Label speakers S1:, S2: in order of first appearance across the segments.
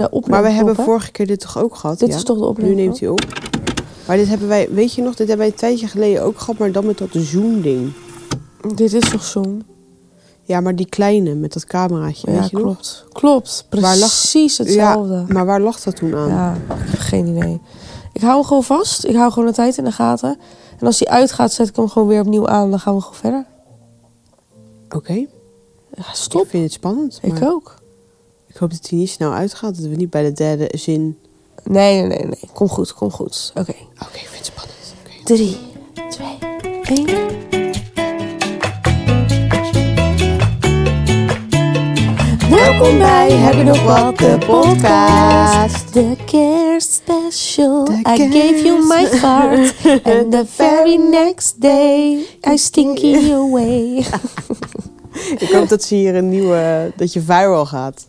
S1: De opname
S2: Maar we hebben
S1: knop, hè?
S2: vorige keer dit toch ook gehad?
S1: Dit
S2: ja?
S1: is toch de
S2: Nu
S1: opname
S2: neemt hij op. Maar dit hebben wij, weet je nog, dit hebben wij een tijdje geleden ook gehad, maar dan met dat Zoom-ding.
S1: Dit is toch Zoom?
S2: Ja, maar die kleine met dat cameraatje,
S1: Ja,
S2: weet je nog?
S1: klopt. Klopt,
S2: Waar lag-
S1: precies hetzelfde.
S2: Maar waar lag dat toen aan?
S1: Ja, ik heb geen idee. Ik hou hem gewoon vast. Ik hou gewoon de tijd in de gaten. En als hij uitgaat, zet ik hem gewoon weer opnieuw aan. Dan gaan we gewoon verder.
S2: Oké,
S1: Ja,
S2: ik
S1: stop.
S2: vind het spannend.
S1: Ik
S2: maar
S1: ook.
S2: ik hoop dat hij niet snel uitgaat, dat we niet bij de derde zin...
S1: Nee, nee, nee, nee. Kom goed, kom goed. Oké.
S2: Oké, ik vind het spannend. Oké.
S1: Drie, twee, één. Welkom bij Heb je nog wat? De podcast. De kerstspecial.
S2: De
S1: I gave you my fart. And the very next day, I stinky away.
S2: Ik hoop dat ze hier een nieuwe, dat je viral gaat.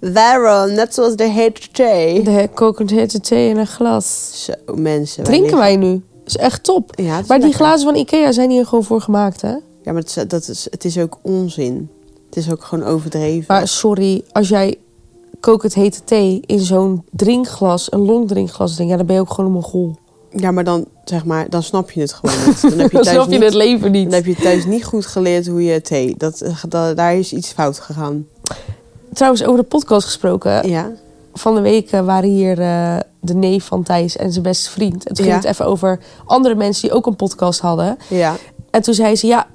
S2: Viral, net zoals de hete thee.
S1: De kokend hete thee in een glas.
S2: Zo, mensen.
S1: Drinken
S2: liggen-
S1: wij nu. Is echt top.
S2: Ja, het is
S1: Maar die
S2: lekker.
S1: glazen van Ikea zijn hier gewoon voor gemaakt, hè?
S2: Ja, maar het is, eh, dat is, het is ook onzin. Het is ook gewoon overdreven.
S1: Maar sorry, als jij kokend hete thee in zo'n drinkglas, een longdrinkglas drinkt, ja, dan ben je ook gewoon een mongool.
S2: Ja, maar dan, zeg maar, dan snap je het gewoon niet. Dan heb je
S1: Dan
S2: thuis,
S1: snap je
S2: niet,
S1: het leven niet.
S2: dan heb je thuis niet goed geleerd hoe je thee... Dat, eh, dat- daar is iets fout gegaan.
S1: Trouwens, over de podcast gesproken.
S2: Ja,
S1: Van de week eh, waren hier eh, de neef van Thijs en zijn beste vriend. En toen ging
S2: Ja.
S1: het even over andere mensen die ook een podcast hadden.
S2: ja.
S1: En toen zei ze, ja,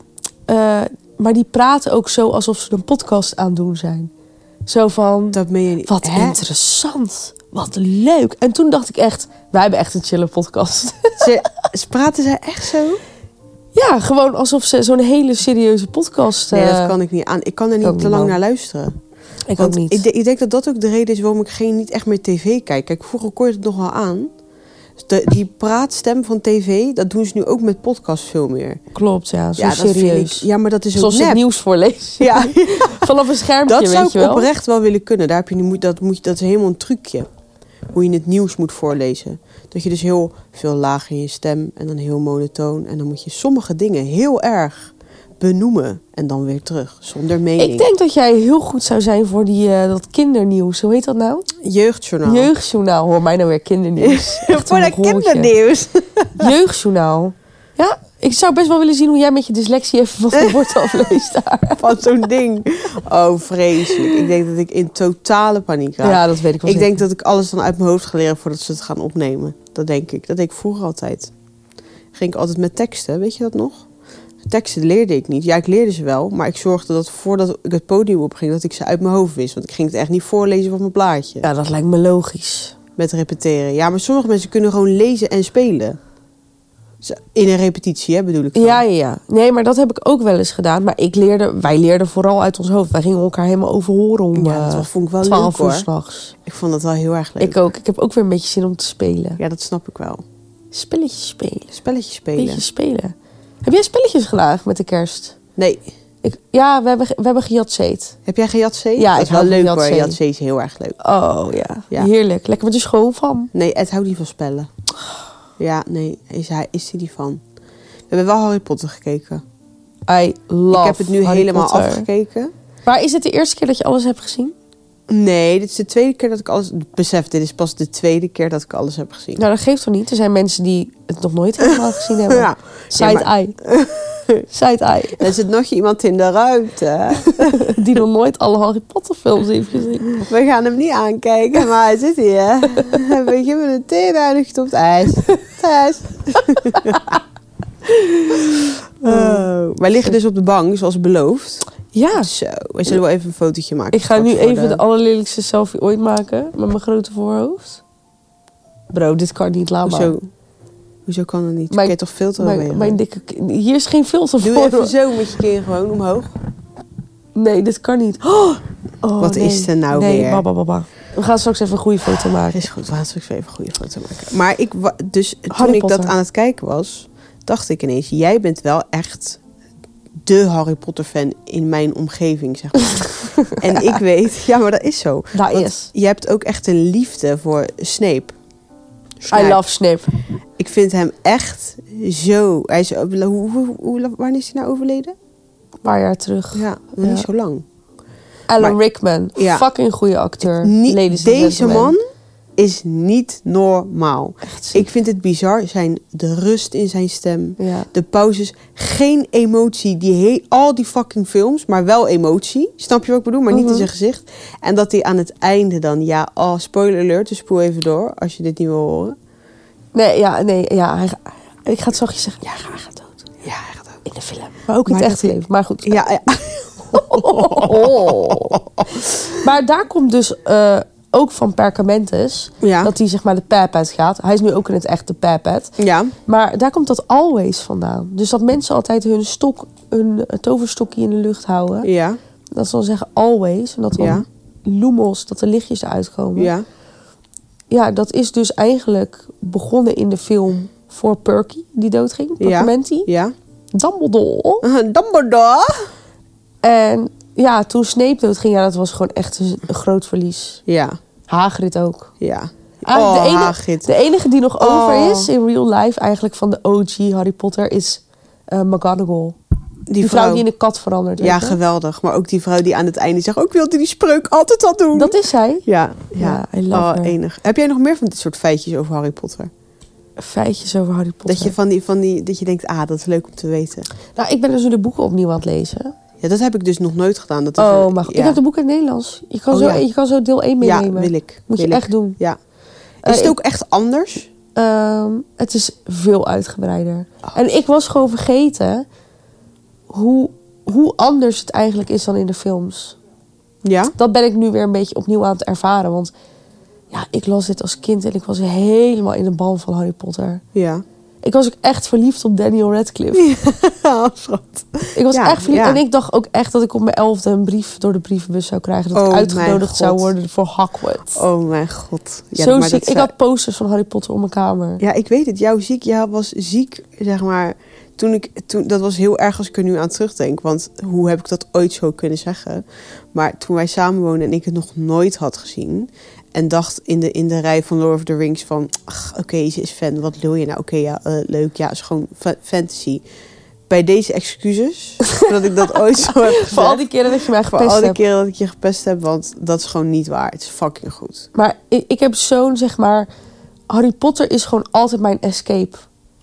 S1: eh, maar die praten ook zo alsof ze een podcast aan het doen zijn. Zo van,
S2: Dat meen je niet.
S1: wat
S2: Hè?
S1: interessant, wat leuk. En toen dacht ik echt, wij hebben echt een chille podcast.
S2: Ze, ze praten ze echt zo?
S1: Ja, gewoon alsof ze zo'n hele serieuze podcast.
S2: Nee, dat
S1: eh,
S2: kan ik niet aan. Ik kan er
S1: ik
S2: niet
S1: ook
S2: te
S1: niet,
S2: lang
S1: man.
S2: naar luisteren.
S1: Ik
S2: Want
S1: ook niet.
S2: Ik, de- ik denk dat dat ook de reden is waarom ik geen, niet echt meer tv kijk. Kijk, vroeger kon je het nog wel aan. Dus de- die praatstem van tv, dat doen ze nu ook met podcast veel meer.
S1: Klopt, ja. Zo
S2: dat vind
S1: serieus.
S2: ik- ja, maar dat is ook
S1: Zoals ze het
S2: nep.
S1: nieuws voorlezen.
S2: Ja,
S1: Vanaf een schermpje,
S2: dat
S1: weet
S2: zou ik
S1: je wel.
S2: oprecht wel willen kunnen. Daar heb je, nu moet, dat, moet, je- dat is helemaal een trucje. Hoe je het nieuws moet voorlezen. Dat je dus heel veel laag in je stem en dan heel monotoon. En dan moet je sommige dingen heel erg benoemen. En dan weer terug, zonder mening.
S1: Ik denk dat jij heel goed zou zijn voor die, eh, dat kindernieuws. Hoe heet dat nou?
S2: Jeugdjournaal.
S1: Jeugdjournaal. Hoor mij nou weer kindernieuws. Echt
S2: Voor
S1: een
S2: dat
S1: rolletje.
S2: kindernieuws.
S1: Jeugdjournaal. Ja, ik zou best wel willen zien hoe jij met je dyslexie even wat voor woord afleest daar.
S2: Van zo'n ding. Oh, vreselijk. Ik denk dat ik in totale paniek raak.
S1: Ja, dat weet ik wel
S2: ik
S1: zeker.
S2: denk dat ik alles dan uit mijn hoofd ga leren voordat ze het gaan opnemen. Dat denk ik. Dat deed ik vroeger altijd. Ging ik altijd met teksten, weet je dat nog? Teksten leerde ik niet. Ja, ik leerde ze wel, maar ik zorgde dat voordat ik het podium opging, dat ik ze uit mijn hoofd wist. Want ik ging het echt niet voorlezen van mijn plaatje.
S1: Ja, dat lijkt me logisch.
S2: Met repeteren. Ja, maar sommige mensen kunnen gewoon lezen en spelen. Ze- In een repetitie, hè, bedoel ik. dan.
S1: Ja, ja, ja. Nee, maar dat heb ik ook wel eens gedaan. Maar ik leerde, wij leerden vooral uit ons hoofd. Wij gingen elkaar helemaal overhoren om
S2: Ja, dat
S1: eh,
S2: vond ik wel leuk,
S1: 12 uur
S2: hoor.
S1: s'nachts.
S2: Ik vond dat wel heel erg leuk.
S1: Ik ook. Ik heb ook weer een beetje zin om te spelen.
S2: Ja, dat snap ik wel.
S1: Spelletjes spelen.
S2: Spelletjes spelen.
S1: Spelletjes spelen. Heb jij spelletjes gedaan met de kerst?
S2: Nee.
S1: Ik, ja, we hebben, ge- we hebben gejatseet.
S2: Heb jij gejatseed?
S1: Ja,
S2: dat
S1: ik
S2: is wel
S1: hou van
S2: leuk hoor.
S1: jatzee.
S2: Jatzee is heel erg leuk.
S1: Oh ja.
S2: Ja.
S1: Heerlijk. Lekker met je schoon van.
S2: Nee, Ed houdt niet van spellen. Ja, nee, is hij, is hij niet van. We hebben wel Harry Potter gekeken.
S1: I love
S2: ik heb het nu
S1: Harry
S2: helemaal
S1: Potter.
S2: afgekeken.
S1: Maar is het de eerste keer dat je alles hebt gezien?
S2: Nee, dit is de tweede keer dat ik alles... Besef, dit is pas de tweede keer dat ik alles heb gezien.
S1: Nou, dat geeft toch niet? Er zijn mensen die het nog nooit helemaal gezien hebben.
S2: Ja.
S1: Side-eye. Side-eye.
S2: Er zit nog iemand in de ruimte.
S1: Die nog nooit alle Harry Potter films heeft gezien.
S2: We gaan hem niet aankijken, maar hij zit hier. We beginnen een theeduinigd op het ijs. Thijs. Oh, wij liggen dus op de bank, zoals beloofd.
S1: Ja.
S2: Zo, we zullen wel even een fotootje maken.
S1: Ik ga nu
S2: straks voor
S1: even de allerlelijkste selfie ooit maken met mijn grote voorhoofd. Bro, dit kan niet, laat maar.
S2: Hoezo, hoezo kan dat niet?
S1: Mijn-
S2: Mijn, je toch filter
S1: Mijn,
S2: bewegen?
S1: mijn dikke... k- Hier is geen filter
S2: Doe
S1: voor.
S2: even
S1: hoor.
S2: zo met je kin gewoon omhoog.
S1: Nee, dit kan niet. Oh, oh,
S2: Wat
S1: nee.
S2: is er nou
S1: nee,
S2: weer?
S1: baba, baba. We gaan straks even een goede foto
S2: Het
S1: maken.
S2: is goed, we gaan straks weer even een goede foto maken. Maar ik, wa- dus toen
S1: Harry
S2: ik dat
S1: Potter.
S2: aan het kijken was, dacht ik ineens... jij bent wel echt de Harry Potter fan in mijn omgeving, zeg maar. en ik weet... Ja, maar dat is zo.
S1: Daar
S2: Want
S1: is.
S2: Je hebt ook echt een liefde voor
S1: I
S2: Snape. Snape.
S1: love Snape.
S2: Ik vind hem echt zo... Hij is, eh, hoe, hoe, hoe- wanneer is hij nou overleden?
S1: Een paar jaar terug.
S2: Ja, nog
S1: Ja.
S2: niet zo lang.
S1: Alan
S2: Maar-
S1: Rickman,
S2: Ja.
S1: fucking goede acteur.
S2: Niet-
S1: Ladies and
S2: deze
S1: gentlemen.
S2: man is niet normaal.
S1: Echt ziek.
S2: Ik vind het bizar. Zijn, de rust in zijn stem.
S1: Ja.
S2: De pauzes. Geen emotie. Die he- al die fucking films. Maar wel emotie. Snap je wat ik bedoel? Maar niet in
S1: Mhm.
S2: zijn gezicht. En dat hij aan het einde dan... Ja, oh, spoiler alert. Dus spoel even door. Als je dit niet wil horen.
S1: Nee, ja, nee, ja. Hij, ga- ik ga het zachtjes zeggen. Ja, hij gaat dood.
S2: Ja, hij gaat ook.
S1: In de film. Maar ook in
S2: Maar
S1: het
S2: dat
S1: echt leven. Maar goed. eh.
S2: Ja, ja.
S1: Maar daar komt dus eh, ook van Percamentus.
S2: Ja.
S1: Dat hij zeg maar de pep uitgaat. Hij is nu ook in het echte pepet.
S2: ja.
S1: Maar daar komt dat always vandaan. Dus dat mensen altijd hun stok, hun eh, toverstokje in de lucht houden.
S2: Ja.
S1: Dat ze dan zeggen always. En dat dan
S2: Ja.
S1: lumos, dat de lichtjes uitkomen.
S2: Ja.
S1: Ja, dat is dus eigenlijk begonnen in de film voor Perky, die doodging.
S2: Ja.
S1: Percamenti.
S2: Ja.
S1: Dumbledore.
S2: Dumbledore.
S1: En ja, toen Snape doodging, ja, dat was gewoon echt een, een groot verlies.
S2: Ja.
S1: Hagrid ook.
S2: Ja.
S1: Eigenlijk Ah,
S2: oh,
S1: de, enige,
S2: Hagrid.
S1: de enige die nog
S2: Oh.
S1: over is in real life eigenlijk van de OG Harry Potter is eh McGonagall.
S2: die,
S1: Die, vrouw
S2: vrouw.
S1: die in een kat verandert.
S2: Ja,
S1: weet je?
S2: geweldig. Maar ook die vrouw die aan het einde zegt... Ook wilde die spreuk altijd al doen.
S1: Dat is zij.
S2: Ja, ja.
S1: Ja, I love
S2: oh,
S1: her.
S2: enig. Heb jij nog meer van dit soort feitjes over Harry Potter?
S1: Feitjes over Harry Potter.
S2: Dat je, van die, van die, dat je denkt, ah, dat is leuk om te weten.
S1: Nou, ik ben dus nu de boeken opnieuw aan het lezen.
S2: Ja, dat heb ik dus nog nooit gedaan. Dat is
S1: Oh,
S2: een-
S1: maar goed.
S2: Oh, ja.
S1: Ik heb de boeken in het Nederlands. Je kan,
S2: Oh,
S1: zo,
S2: ja.
S1: je kan zo deel 1
S2: Ja,
S1: meenemen.
S2: wil ik.
S1: Moet
S2: wil
S1: je
S2: ik.
S1: echt doen.
S2: Ja.
S1: Eh,
S2: Is het
S1: ik-
S2: ook echt anders?
S1: Ehm, het is veel uitgebreider.
S2: Oh.
S1: En ik was gewoon vergeten hoe, hoe anders het eigenlijk is dan in de films.
S2: Ja?
S1: Dat ben ik nu weer een beetje opnieuw aan het ervaren. Want ja, ik las dit als kind en ik was helemaal in de ban van Harry Potter.
S2: Ja.
S1: Ik was ook echt verliefd op Daniel Radcliffe. Oh,
S2: Schat.
S1: Ik was
S2: Ja,
S1: echt verliefd.
S2: ja.
S1: En ik dacht ook echt dat ik op mijn elfde een brief door de brievenbus zou krijgen. Dat
S2: Oh,
S1: ik
S2: mijn
S1: uitgenodigd zou
S2: God.
S1: worden voor Hogwarts.
S2: Oh mijn god. Ja,
S1: Zo
S2: maar
S1: ziek.
S2: dat
S1: Ik
S2: zou-
S1: had posters van Harry Potter op mijn kamer.
S2: Ja, ik weet het. Jouw ziek, jij was ziek, zeg maar. Toen ik, toen, dat was heel erg als ik er nu aan terugdenk. Want hoe heb ik dat ooit zo kunnen zeggen? Maar toen wij samen woonden en ik het nog nooit had gezien. En dacht in de, in de rij van Lord of the Rings van... "Ach, Oké, ze is fan. Wat wil je nou? Oké, ja, eh, leuk. Ja, is gewoon fa- fantasy. Bij deze excuses, dat ik dat ooit zo heb gezegd.
S1: Voor al die keren dat je mij
S2: voor
S1: gepest
S2: al die
S1: hebt.
S2: keren dat ik je gepest heb. Want dat is gewoon niet waar. Het is fucking goed.
S1: Maar ik, ik heb zo'n, zeg maar... Harry Potter is gewoon altijd mijn escape.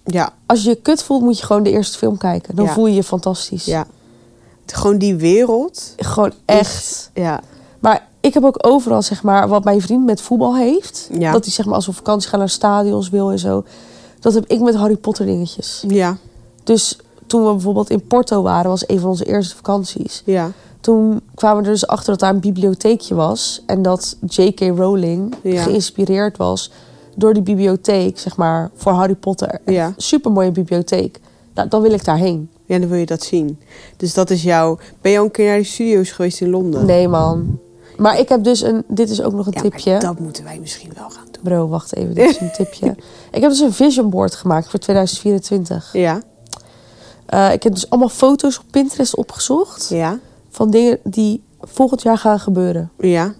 S2: Ja,
S1: Als je je kut voelt, moet je gewoon de eerste film kijken. Dan
S2: Ja.
S1: voel je je fantastisch.
S2: ja. Gewoon die wereld.
S1: Gewoon echt.
S2: Ja,
S1: Maar ik heb ook overal, zeg maar, wat mijn vriend met voetbal heeft.
S2: Ja.
S1: Dat hij, zeg maar, als we op vakantie gaan naar stadions wil en zo. Dat heb ik met Harry Potter dingetjes.
S2: ja,
S1: Dus toen we bijvoorbeeld in Porto waren, was een van onze eerste vakanties.
S2: ja,
S1: Toen kwamen we er dus achter dat daar een bibliotheekje was. En dat J.K. Rowling
S2: Ja.
S1: geïnspireerd was door die bibliotheek, zeg maar, voor Harry Potter.
S2: Ja.
S1: Super mooie bibliotheek. Nou, dan wil ik daarheen.
S2: ja. Dan wil je dat zien. Dus dat is jouw... Ben je al een keer naar de studio's geweest in Londen?
S1: Nee, man. Maar ik heb dus een. Dit is ook nog een
S2: Ja, maar
S1: tipje.
S2: dat moeten wij misschien wel gaan doen.
S1: Bro, wacht even. Dit is een tipje. Ik heb dus een vision board gemaakt voor 2024.
S2: Ja,
S1: Eh, ik heb dus allemaal foto's op Pinterest opgezocht.
S2: ja,
S1: Van dingen die volgend jaar gaan gebeuren.
S2: ja.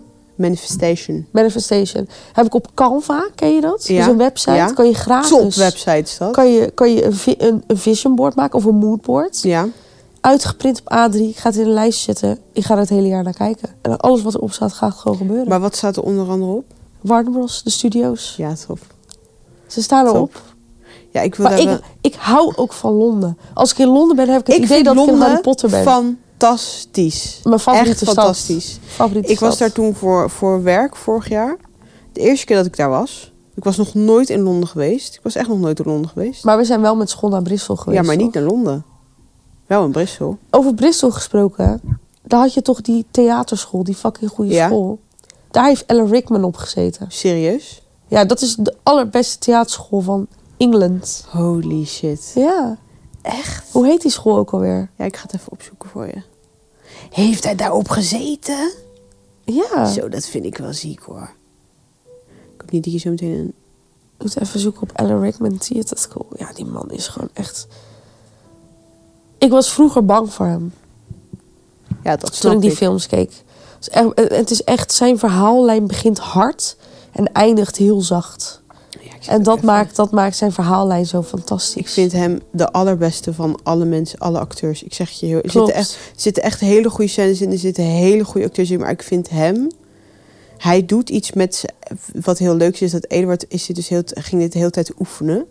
S2: Manifestation.
S1: Manifestation. Heb ik op Canva, ken je dat?
S2: Ja.
S1: Dus een website.
S2: Ja.
S1: Kan je gratis.
S2: Top website is dat.
S1: Ah, dus Kan je, kan je een, vi- een, een vision board maken of een mood board.
S2: Ja,
S1: Uitgeprint op A3. Ik ga het in een lijst zetten. Ik ga er het hele jaar naar kijken. En alles wat erop staat gaat gewoon gebeuren.
S2: maar wat staat er onder andere op?
S1: Warner Bros, de studio's.
S2: Ja, top.
S1: Ze staan
S2: Top.
S1: erop.
S2: Ja, ik wil
S1: Maar
S2: daar
S1: ik,
S2: wel-
S1: ik hou ook van Londen. Als ik in Londen ben, heb ik het idee dat ik in Harry Potter ben.
S2: fantastisch.
S1: Mijn favoriete
S2: Echt
S1: stad.
S2: fantastisch.
S1: Favoriete
S2: Ik was
S1: stad.
S2: daar toen voor, voor werk vorig jaar. De eerste keer dat ik daar was. Ik was nog nooit in Londen geweest. Ik was echt nog nooit in Londen geweest.
S1: Maar we zijn wel met school naar Bristol geweest.
S2: ja, maar niet
S1: toch?
S2: naar Londen. Wel in Brussel.
S1: Over Bristol gesproken. Daar had je toch die theaterschool, die fucking goede
S2: Ja.
S1: school. Daar heeft Ellen Rickman op gezeten.
S2: Serieus?
S1: Ja, dat is de allerbeste theaterschool van Engeland.
S2: Holy shit.
S1: Ja. Echt? Hoe heet die school ook alweer?
S2: Ja, ik ga het even opzoeken voor je. Heeft hij daarop gezeten?
S1: Ja.
S2: Zo, dat vind ik wel ziek hoor. Ik hoop niet dat je zo meteen een...
S1: Ik moet even zoeken op Alan Rickman Theater School. Ja, die man is gewoon echt... Ik was vroeger bang voor hem.
S2: Ja, dat
S1: toen
S2: snap
S1: ik die
S2: ik.
S1: films keek. Het is, echt, het is echt, zijn verhaallijn begint hard en eindigt heel zacht.
S2: Ja, ik
S1: En dat
S2: Even-
S1: maakt, dat maakt zijn verhaallijn zo fantastisch.
S2: Ik vind hem de allerbeste van alle mensen, alle acteurs. Ik zeg het je heel... Er
S1: Klopt.
S2: zitten echt, er zitten echt hele goede scènes in. Er zitten hele goede acteurs in. Maar ik vind hem... Hij doet iets met... z'n- Wat heel leuk is, is dat Eduard is dit dus heel, ging dit de hele tijd oefenen.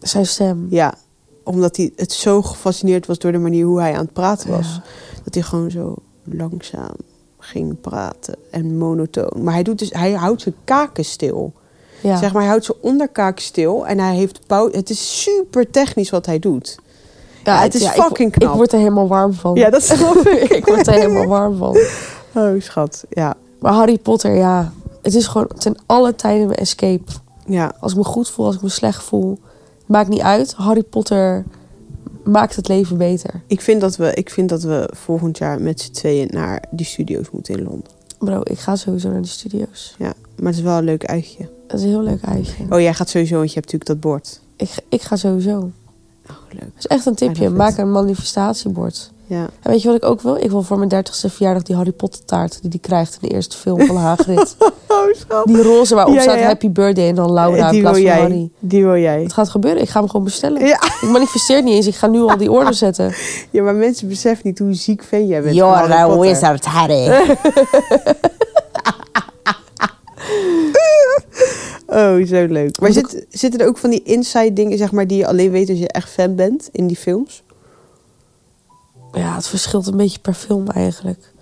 S1: Zijn stem.
S2: Ja, omdat hij het zo gefascineerd was door de manier hoe hij aan het praten was.
S1: Ja.
S2: Dat hij gewoon zo langzaam ging praten en monotoon. Maar hij, doet dus, hij houdt zijn kaken stil.
S1: Ja.
S2: Zeg maar, hij houdt zijn onderkaak stil en hij heeft pau- Het is super technisch wat hij doet.
S1: Ja,
S2: het is
S1: ik-
S2: fucking knap.
S1: Ik word er helemaal warm van.
S2: Ja, dat snap Oh. ik.
S1: ik word er helemaal warm van.
S2: Oh, schat. Ja.
S1: Maar Harry Potter, ja. Het is gewoon ten alle tijden mijn escape.
S2: Ja.
S1: Als ik me goed voel, als ik me slecht voel. Maakt niet uit. Harry Potter maakt het leven beter.
S2: Ik vind, dat we, ik vind dat we volgend jaar met z'n tweeën naar die studio's moeten in Londen.
S1: Bro, ik ga sowieso naar de studio's.
S2: Ja. Maar het is wel een leuk uitje.
S1: Dat is een heel leuk uitje.
S2: Oh, jij gaat sowieso, want je hebt natuurlijk dat bord.
S1: Ik, ik ga sowieso. Dat
S2: Oh, leuk.
S1: is echt een tipje.
S2: love it.
S1: Maak een manifestatiebord.
S2: Ja.
S1: En weet je wat ik ook wil? Ik wil voor mijn dertigste verjaardag die Harry Potter taart... die die krijgt in de eerste film van Hagrid.
S2: Oh, schat.
S1: Die roze waarop
S2: Ja,
S1: staat
S2: ja, ja.
S1: Happy Birthday en dan Laura in
S2: Eh, die wil
S1: plaats van
S2: jij.
S1: Harry.
S2: Die wil jij.
S1: Het gaat gebeuren. Ik ga hem gewoon bestellen.
S2: Ja.
S1: Ik manifesteer niet eens. Ik ga nu al die order zetten.
S2: ja, maar mensen beseffen niet hoe ziek fan jij bent. van Harry
S3: You're a
S2: Potter.
S3: wizard, Harry.
S2: Oh, zo leuk. Maar zit, zitten er ook van die inside dingen, zeg maar, die je alleen weet als je echt fan bent in die films?
S1: Ja, het verschilt een beetje per film eigenlijk.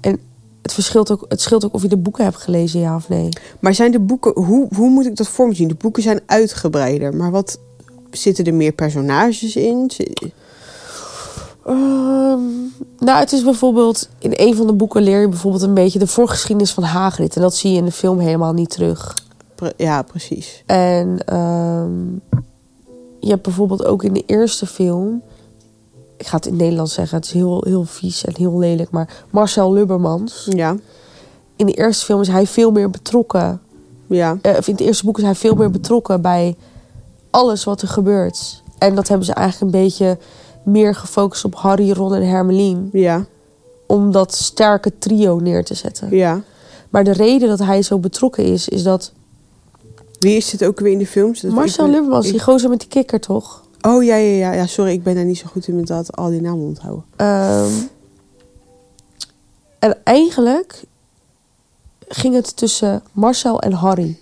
S1: En het verschilt ook, het scheelt ook of je de boeken hebt gelezen, ja of nee.
S2: Maar zijn de boeken, hoe, hoe moet ik dat voor me zien? De boeken zijn uitgebreider, maar wat zitten er meer personages in? Zi-
S1: Ehm, nou, het is bijvoorbeeld... In een van de boeken leer je bijvoorbeeld een beetje de voorgeschiedenis van Hagrid. En dat zie je in de film helemaal niet terug.
S2: Pre- Ja, precies.
S1: En ehm, je hebt bijvoorbeeld ook in de eerste film... Ik ga het in het Nederlands zeggen. Het is heel, heel vies en heel lelijk. Maar Marcel Lubbermans.
S2: Ja,
S1: In de eerste film is hij veel meer betrokken.
S2: ja.
S1: eh, of in het eerste boek is hij veel meer betrokken bij alles wat er gebeurt. En dat hebben ze eigenlijk een beetje meer gefocust op Harry, Ron en Hermeline.
S2: Ja,
S1: Om dat sterke trio neer te zetten.
S2: ja.
S1: Maar de reden dat hij zo betrokken is, is dat...
S2: Wie is dit ook weer in de films? Dat-
S1: Marcel
S2: ik ben-
S1: Lubbermans,
S2: ik-
S1: die gozer met die kikker toch?
S2: Oh, ja, ja, ja, ja. Sorry, ik ben daar niet zo goed in met dat al die namen onthouden.
S1: Ehm, en eigenlijk ging het tussen Marcel en Harry.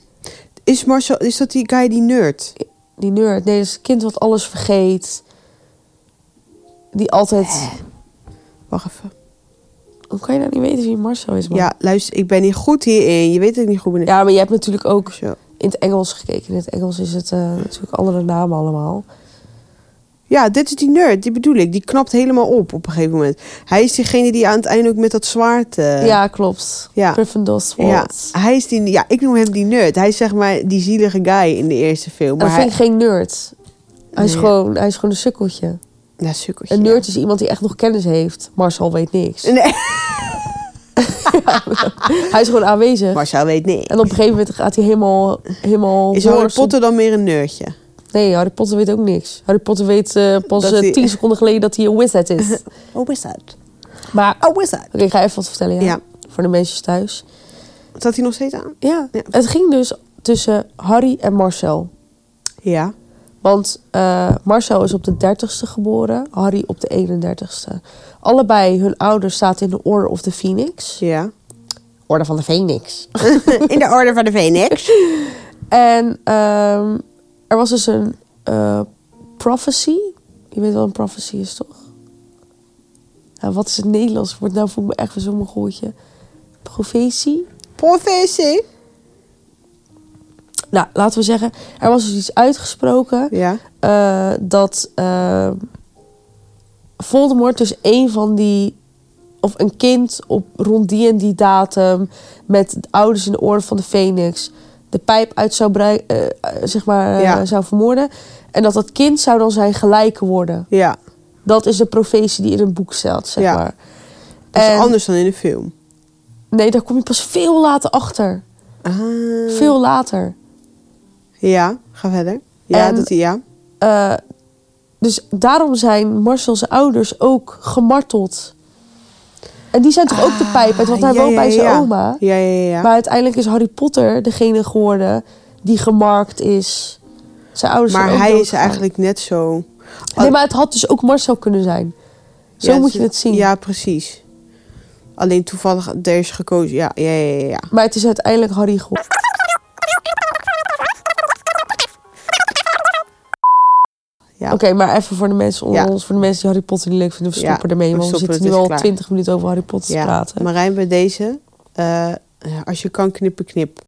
S2: Is Marcel, is dat die guy die nerd?
S1: Die nerd. Nee, dat is het kind wat alles vergeet. Die altijd...
S2: Wacht even.
S1: Hoe kan je nou niet weten wie Marcel is, man?
S2: Ja, luister, ik ben niet goed hierin. Je weet dat ik niet goed ben.
S1: Ja, maar je hebt natuurlijk ook
S2: Zo.
S1: in het Engels gekeken. In het Engels is het eh, natuurlijk andere namen allemaal.
S2: Ja, dit is die nerd, die bedoel ik. Die knapt helemaal op op een gegeven moment. Hij is diegene die aan het einde ook met dat zwaard... eh,
S1: ja, klopt.
S2: ja.
S1: Gryffindor
S2: ja,
S1: Sword.
S2: hij is die, ja, ik noem hem die nerd. Hij is zeg maar die zielige guy in de eerste film.
S1: En dat
S2: Maar
S1: vind
S2: hij,
S1: ik geen nerd. Hij is,
S2: Nee.
S1: gewoon, hij is gewoon een sukkeltje.
S2: ja, sukkeltje.
S1: Een nerd is iemand die echt nog kennis heeft. Marcel weet niks.
S2: Nee.
S1: Hij is gewoon aanwezig.
S2: Marcel weet niet.
S1: En op een gegeven moment gaat hij helemaal... helemaal
S2: Is Harry
S1: hoors-
S2: Potter dan meer een nerdje?
S1: Nee, Harry Potter weet ook niks. Harry Potter weet eh, pas
S2: Dat
S1: eh,
S2: hij-
S1: tien seconden geleden dat hij een wizard is.
S2: Oh, is dat?
S1: maar... Oké,
S2: Oh, is dat?
S1: ik ga even wat vertellen, ja.
S2: Ja.
S1: Voor de mensen thuis.
S2: Zat hij nog steeds aan?
S1: Ja,
S2: Ja.
S1: het ging dus tussen Harry en Marcel.
S2: Ja.
S1: Want eh, Marcel is op de 30ste geboren, Harry op de 31ste. Allebei hun ouders zaten in de Orde of the Phoenix.
S2: Ja.
S1: Orde van de Phoenix.
S2: In de Orde van de Phoenix.
S1: En ehm, er was dus een eh, prophecy. Je weet wat een prophecy is, toch? Nou, wat is het Nederlands woord? Nou voel ik me echt weer zo'n gootje. Profetie?
S2: Professie.
S1: Nou, laten we zeggen, er was dus iets uitgesproken...
S2: Ja.
S1: eh, dat eh, Voldemort dus een van die of een kind op rond die en die datum met de ouders in de orde van de Phoenix de pijp uit zou brei- eh, eh, zeg maar eh,
S2: Ja.
S1: zou vermoorden en dat dat kind zou dan zijn gelijke worden.
S2: Ja.
S1: Dat is de profetie die in een boek staat, zeg
S2: Ja.
S1: maar.
S2: Dat is
S1: En-
S2: anders dan in de film.
S1: Nee, daar kom je pas veel later achter.
S2: Ah.
S1: Veel later.
S2: Ja, ga verder. Ja,
S1: En-
S2: dat, ja.
S1: Eh, dus daarom zijn Marcel's ouders ook gemarteld. En die zijn toch ook de pijp uit, want hij
S2: Ah, ja,
S1: woont
S2: ja,
S1: bij zijn
S2: ja.
S1: oma.
S2: Ja, ja, ja. ja.
S1: Maar uiteindelijk is Harry Potter degene geworden die gemarkt is. Zijn ouders zijn
S2: Maar
S1: ook
S2: hij is
S1: doodgegaan.
S2: eigenlijk net zo...
S1: Nee, maar het had dus ook Marcel kunnen zijn. Zo
S2: Ja,
S1: moet je het zien.
S2: Ja, precies. Alleen toevallig, er is gekozen. Ja, ja, ja, ja, ja.
S1: Maar het is uiteindelijk Harry geworden.
S2: Ja.
S1: Oké, maar even voor de mensen onder
S2: Ja.
S1: ons, voor de mensen die Harry Potter niet leuk vinden, we
S2: Ja,
S1: stoppen ermee.
S2: we
S1: Want we
S2: stoppen,
S1: zitten
S2: het
S1: nu
S2: is
S1: al
S2: klaar.
S1: 20 minuten over Harry Potter
S2: Ja,
S1: te praten.
S2: Marijn, bij deze. eh, als je kan knippen, knip.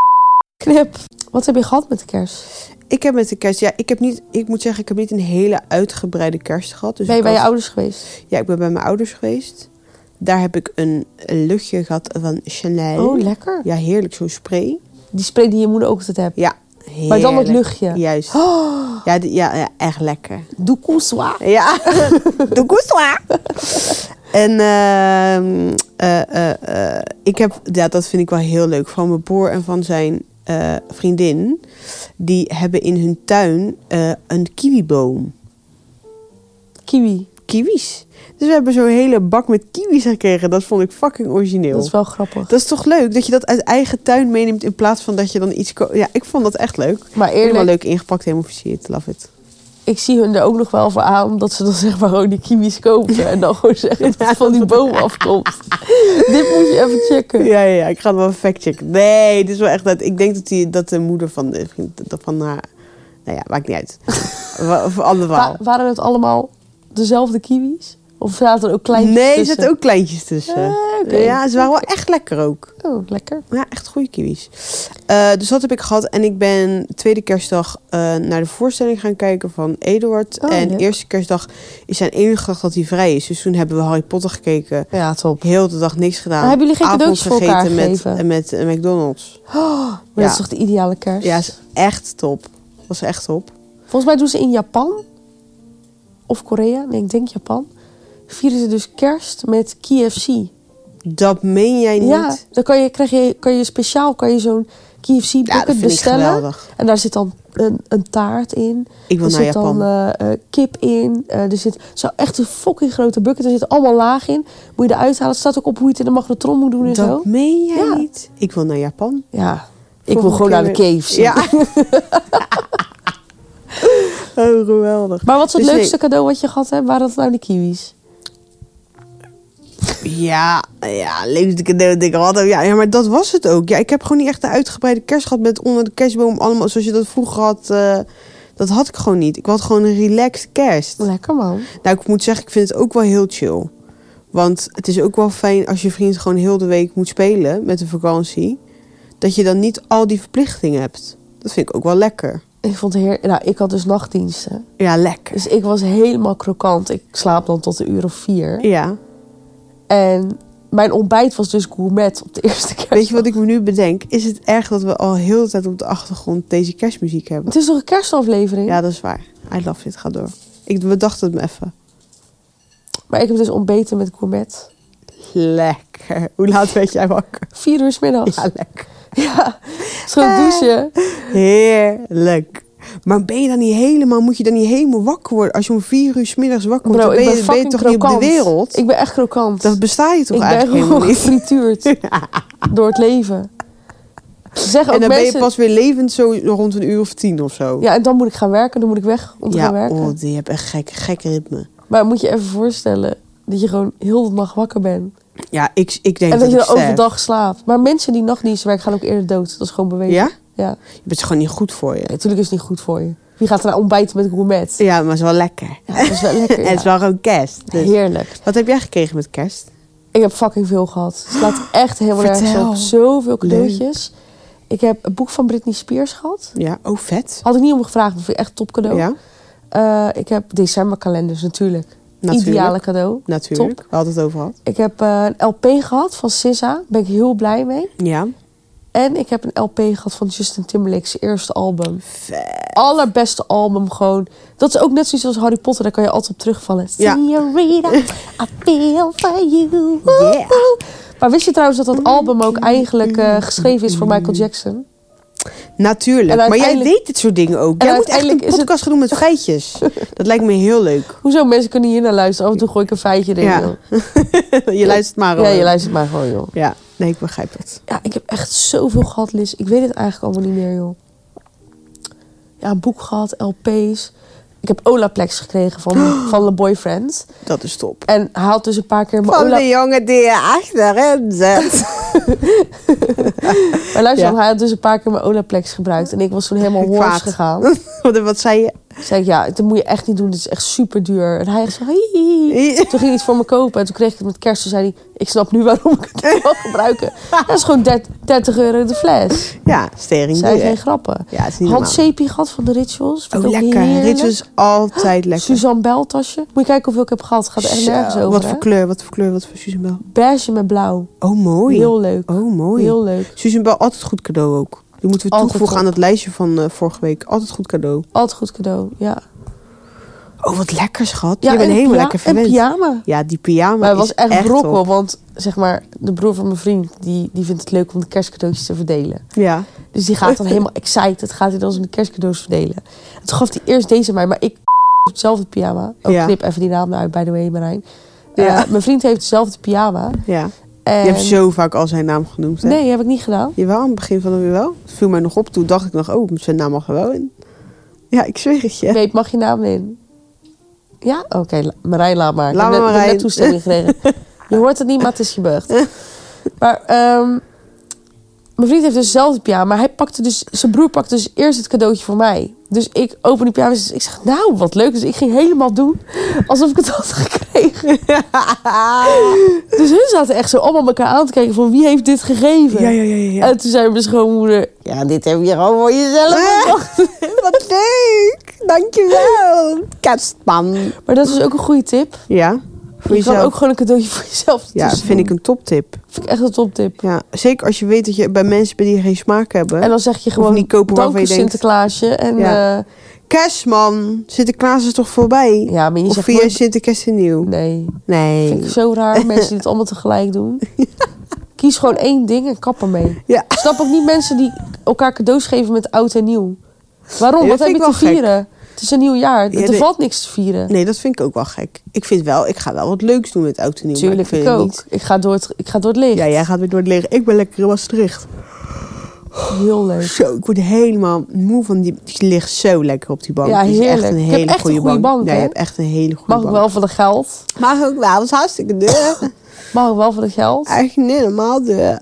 S1: Knip. Wat heb je gehad met de kerst?
S2: Ik heb met de kerst, ja, ik heb niet, ik moet zeggen, ik heb niet een hele uitgebreide kerst gehad. Dus
S1: ben je
S2: ik
S1: bij je
S2: was-
S1: ouders geweest?
S2: Ja, ik ben bij mijn ouders geweest. Daar heb ik een luchtje gehad van Chanel.
S1: Oh, lekker.
S2: Ja, heerlijk, zo'n spray.
S1: Die spray die je moeder ook altijd hebt.
S2: Ja, heerlijk.
S1: Maar dan het luchtje.
S2: Juist.
S1: Oh.
S2: Ja, die- ja, ja, echt lekker.
S1: Doe koeswa.
S2: Ja, de koesla. En ehm, eh, eh, eh, ik heb, ja, dat vind ik wel heel leuk, van mijn broer en van zijn eh, vriendin. Die hebben in hun tuin eh, een kiwiboom.
S1: Kiwi.
S2: Kiwis. Dus we hebben zo'n hele bak met kiwis gekregen. Dat vond ik fucking origineel.
S1: Dat is wel grappig.
S2: Dat is toch leuk dat je dat uit eigen tuin meeneemt in plaats van dat je dan iets. ko- Ja, ik vond dat echt leuk.
S1: Maar
S2: Helemaal
S1: eerlijk,
S2: leuk ingepakt, helemaal versierd. Love it.
S1: ik zie hun er ook nog wel voor aan dat ze dan zeg maar gewoon die kiwis kopen. En dan gewoon zeggen dat het van die boom afkomt. Dit moet je even checken.
S2: Ja, ja, ja, ik ga het wel factchecken. Nee, dit is wel echt dat. Ik denk dat, die, dat de moeder van de vriend dat van haar. Nou ja, maakt niet uit. Wa- Of ander verhaal.
S1: Wa- waren het allemaal dezelfde kiwis? Of zaten er ook kleintjes
S2: Nee, er
S1: tussen?
S2: zitten ook kleintjes tussen.
S1: Ah, oké.
S2: Ja, ze waren wel echt lekker ook.
S1: Oh, lekker.
S2: Ja, echt goede kiwis. Eh, dus dat heb ik gehad. En ik ben tweede kerstdag eh, naar de voorstelling gaan kijken van Eduard.
S1: Oh,
S2: en
S1: leuk.
S2: eerste kerstdag is zijn enige dag dat hij vrij is. Dus toen hebben we Harry Potter gekeken.
S1: Ja, top.
S2: Heel de dag niks gedaan.
S1: Maar hebben jullie geen
S2: Avond
S1: cadeautjes voor elkaar
S2: gegeten met,
S1: gegeven?
S2: met eh, McDonald's.
S1: Maar
S2: Ja.
S1: Dat is toch de ideale kerst?
S2: Ja, is echt top. Was echt top.
S1: Volgens mij doen ze in Japan of Korea, nee, ik denk Japan, vieren ze dus kerst met KFC.
S2: Dat meen jij niet?
S1: Ja, dan kan je, krijg je, kan je speciaal kan je zo'n KFC
S2: Ja, dat
S1: bucket
S2: vind ik
S1: bestellen.
S2: geweldig.
S1: en daar zit dan een, een taart in.
S2: Ik wil
S1: er
S2: naar
S1: zit
S2: Japan.
S1: dan eh, eh, kip in. Eh, er zit zo echt een fucking grote bucket. Er zit allemaal laag in. Moet je eruit halen. Het staat ook op hoe je het in de magnetron moet doen en zo.
S2: dat meen jij
S1: Ja.
S2: niet? Ik wil naar Japan.
S1: Ja, ik wil
S2: Volgende
S1: gewoon naar de
S2: keer weer.
S1: KFC.
S2: Ja. oh, geweldig.
S1: Maar wat is het
S2: Dus nee.
S1: leukste cadeau wat je gehad hebt? Waren dat nou de kiwis?
S2: Ja, ja, leukste cadeau dat ik al had. Ja, ja, maar dat was het ook. Ja, ik heb gewoon niet echt een uitgebreide kerst gehad met onder de kerstboom allemaal zoals je dat vroeger had. eh, dat had ik gewoon niet. Ik had gewoon een relaxed kerst.
S1: Lekker man.
S2: Nou, ik moet zeggen, ik vind het ook wel heel chill. Want het is ook wel fijn als je vriend gewoon heel de week moet spelen met de vakantie. Dat je dan niet al die verplichtingen hebt. Dat vind ik ook wel lekker.
S1: Ik vond het heer... Nou, ik had dus nachtdiensten.
S2: Ja, lekker.
S1: Dus ik was helemaal krokant. Ik slaap dan tot een uur of vier.
S2: Ja.
S1: En mijn ontbijt was dus gourmet op de eerste keer.
S2: Weet je wat ik me nu bedenk? Is het erg dat we al heel de tijd op de achtergrond deze kerstmuziek hebben?
S1: Het is toch een kerstaflevering?
S2: Ja, dat is waar. I love it. Ga door. Ik bedacht het me even.
S1: Maar ik heb dus ontbeten met gourmet.
S2: Lekker. Hoe laat werd jij wakker?
S1: Vier uur 's middags.
S2: Ja,
S1: Ja.
S2: lekker.
S1: Schoon
S2: Eh.
S1: douchen.
S2: Heerlijk. Maar ben je dan niet helemaal, moet je dan niet helemaal wakker worden? Als je om vier uur 's middags wakker wordt,
S1: Bro,
S2: dan
S1: ik
S2: ben,
S1: ben
S2: je, ben je
S1: fucking
S2: toch
S1: krokant.
S2: niet op de wereld?
S1: Ik ben echt krokant.
S2: Dat besta je toch
S1: ik ben
S2: eigenlijk helemaal
S1: gewoon
S2: niet?
S1: gefrituurd. door het leven. Ze zeggen
S2: En
S1: ook
S2: dan ben je
S1: mensen...
S2: pas weer levend zo rond een uur of tien of zo.
S1: Ja, en dan moet ik gaan werken. Dan moet ik weg om te gaan
S2: ja
S1: werken.
S2: oh, die hebt echt gek, gek ritme.
S1: Maar moet je even voorstellen dat je gewoon heel de nacht wakker bent.
S2: Ja, ik, ik denk
S1: en dat je
S2: ik
S1: dan
S2: sterf.
S1: overdag slaapt. Maar mensen die nachtdienst werken gaan ook eerder dood. Dat is gewoon bewezen.
S2: Ja?
S1: Ja.
S2: Je bent gewoon niet goed voor je.
S1: Natuurlijk is het niet goed voor je. Wie gaat er nou ontbijten met gourmet?
S2: Ja, maar het is wel lekker.
S1: Ja, dat is wel lekker.
S2: En het is wel gewoon kerst. Dus.
S1: Heerlijk.
S2: Wat heb jij gekregen met kerst?
S1: Ik heb fucking veel gehad. Het slaat echt helemaal nergens
S2: Vertel.
S1: op. Zoveel cadeautjes. Ik heb een boek van Britney Spears gehad.
S2: Ja, oh vet.
S1: Had ik niet om gevraagd, maar vind ik echt top cadeau.
S2: Ja,
S1: Eh, ik heb decemberkalenders natuurlijk.
S2: natuurlijk.
S1: Ideale cadeau.
S2: Natuurlijk. We hadden het over gehad.
S1: Ik heb eh, een LP gehad van SZA. Ben ik heel blij mee.
S2: Ja.
S1: En ik heb een LP gehad van Justin Timberlake's eerste album.
S2: Vet.
S1: Allerbeste album gewoon. Dat is ook net zoiets als Harry Potter. Daar kan je altijd op terugvallen.
S2: Ja.
S1: Señorita, I feel for you.
S2: Yeah.
S1: Maar wist je trouwens dat dat album ook eigenlijk eh, geschreven is voor Michael Jackson?
S2: Natuurlijk.
S1: En
S2: Maar jij
S1: uiteindelijk-
S2: weet dit soort dingen ook.
S1: En
S2: Jij moet echt een
S1: uiteindelijk is het-
S2: podcast gaan doen met feitjes. Dat lijkt me heel leuk.
S1: Hoezo? Mensen kunnen hier naar luisteren. Af en toe gooi ik een feitje erin.
S2: Ja.
S1: joh.
S2: je luistert maar
S1: Ja,
S2: hoor.
S1: je luistert maar gewoon, joh.
S2: Ja, nee, ik begrijp het.
S1: Ja, ik heb echt zoveel gehad, Liz. Ik weet het eigenlijk allemaal niet meer, joh. ja, een boek gehad, LP's. Ik heb Olaplex gekregen van, van Le Boyfriend.
S2: Dat is top.
S1: En hij had dus een paar keer mijn
S2: Van
S1: Ola...
S2: de jongen die je achterin zet.
S1: Maar luister,
S2: Ja.
S1: hij had dus een paar keer mijn Olaplex gebruikt. En ik was toen helemaal
S2: Kwaad.
S1: hoors gegaan. Toen
S2: Wat- Wat zei je?
S1: zei ik, ja, dat moet je echt niet doen. Dit is echt super duur. En hij echt zo, "Hi, hi, hi." Toen ging hij iets voor me kopen. En toen kreeg ik het met kerst. Toen zei hij, ik snap nu waarom ik het niet mag gebruiken. Dat is gewoon 30 30 euro de fles.
S2: Ja, stering. doe
S1: Zijn
S2: je.
S1: geen grappen.
S2: Ja, het is niet
S1: Had
S2: normaal.
S1: zeepie gehad van de Rituals. Vind
S2: Oh,
S1: ik ook
S2: lekker.
S1: heerlijk.
S2: Dit is altijd lekker.
S1: Suzanne Bell tasje. Moet je kijken hoeveel ik heb gehad. Gaat er echt
S2: Zo,
S1: nergens over.
S2: Wat
S1: hè?
S2: voor kleur, wat voor kleur, wat voor Susan Bell?
S1: Beige met blauw.
S2: Oh, mooi.
S1: Heel leuk.
S2: Oh, mooi.
S1: Heel leuk.
S2: Susan Bell, altijd goed cadeau ook. Die moeten we
S1: Altijd
S2: toevoegen
S1: top.
S2: aan het lijstje van eh, vorige week. Altijd goed cadeau.
S1: Altijd goed cadeau. Ja.
S2: Oh, wat lekker, schat.
S1: ja
S2: je bent
S1: en
S2: helemaal
S1: pya-
S2: lekker
S1: En
S2: verwend.
S1: pyjama.
S2: Ja, die pyjama
S1: Maar het was
S2: is
S1: echt, brokkel,
S2: top.
S1: want zeg maar, de broer van mijn vriend die, die vindt het leuk om de kerstcadeautjes te verdelen.
S2: Ja.
S1: Dus die gaat dan helemaal excited, gaat hij dan zijn kerstcadeaus verdelen. En toen gaf hij eerst deze mij, maar ik heb hetzelfde pyjama. Oh,
S2: Ja.
S1: knip even die naam eruit, by the way, Marijn. Eh,
S2: Ja.
S1: mijn vriend heeft dezelfde pyjama.
S2: ja.
S1: En...
S2: Je hebt zo vaak al zijn naam genoemd, hè?
S1: Nee, heb ik niet gedaan.
S2: Jawel, aan het begin van de weer wel. Het viel mij nog op. Toen dacht ik nog, oh, zijn naam mag er wel in. Ja, ik zweer het je.
S1: Weet, mag je naam in? Ja? Oké, la- Marijn, laat maar.
S2: Laat
S1: ik heb
S2: maar,
S1: net, ik heb net
S2: Marijn.
S1: toestemming gekregen. Je hoort het niet, maar het is gebeurd. Maar ehm, mijn vriend heeft dus dezelfde pyjama. Maar hij pakte dus, zijn broer pakte dus eerst het cadeautje voor mij. Dus ik open die pyjama en ik zeg, nou, wat leuk. Dus ik ging helemaal doen alsof ik het had gekregen. Dus hun zaten echt zo allemaal elkaar aan te kijken van wie heeft dit gegeven.
S2: ja, ja, ja.
S1: En toen zei mijn schoonmoeder, ja, dit heb je gewoon voor jezelf
S2: Ah.
S1: bedacht.
S2: Wat leuk! Dankjewel! Kerstman.
S1: Maar dat is dus ook een goede tip.
S2: Ja, voor
S1: je
S2: jezelf.
S1: kan ook gewoon een cadeautje voor jezelf
S2: ja,
S1: ertussen
S2: vind
S1: doen.
S2: ik een toptip.
S1: Vind ik echt een toptip.
S2: Ja, zeker als je weet dat je bij mensen bent die geen smaak hebben.
S1: En dan zeg je gewoon
S2: niet kopen waarvan
S1: dank u
S2: je denkt-
S1: Sinterklaasje. En, eh,
S2: Ja.
S1: ja.
S2: Kerstman, Sinterklaas is toch voorbij?
S1: ja, maar je
S2: of
S1: zegt
S2: via
S1: nooit-
S2: Sinterklaas en Nieuw?
S1: Nee, vind
S2: Nee.
S1: ik zo raar. Mensen die het allemaal tegelijk doen. Kies gewoon één ding en kap ermee.
S2: Ja.
S1: Ik snap ook niet mensen die elkaar cadeaus geven met oud en nieuw. Waarom?
S2: Nee,
S1: Wat
S2: dat
S1: heb
S2: vind
S1: je
S2: ik
S1: te
S2: wel gek.
S1: vieren? Het is een nieuw jaar.
S2: Ja,
S1: er
S2: nee.
S1: valt niks te vieren.
S2: Nee, dat vind ik ook wel gek. Ik vind wel, ik ga wel wat leuks doen met Oud en Nieuw. maar
S1: Tuurlijk,
S2: vind
S1: ik
S2: het
S1: ook.
S2: niet.
S1: Ik, ga door het, ik ga door het licht.
S2: Ja, jij gaat weer door het leger. Ik ben lekker in Maastricht.
S1: Heel leuk.
S2: Zo, ik word helemaal moe van die. Die ligt zo lekker op die bank.
S1: Ja,
S2: Het is
S1: heerlijk.
S2: echt een
S1: Ik heb
S2: hele
S1: echt een
S2: goede
S1: goede
S2: bank.
S1: bank,
S2: ja, je
S1: hè?
S2: hebt echt een hele goede
S1: Mag ik
S2: bank.
S1: wel van de geld?
S2: Mag ook wel, dat is hartstikke duur.
S1: Mag ik wel van de geld?
S2: Eigenlijk niet normaal duur.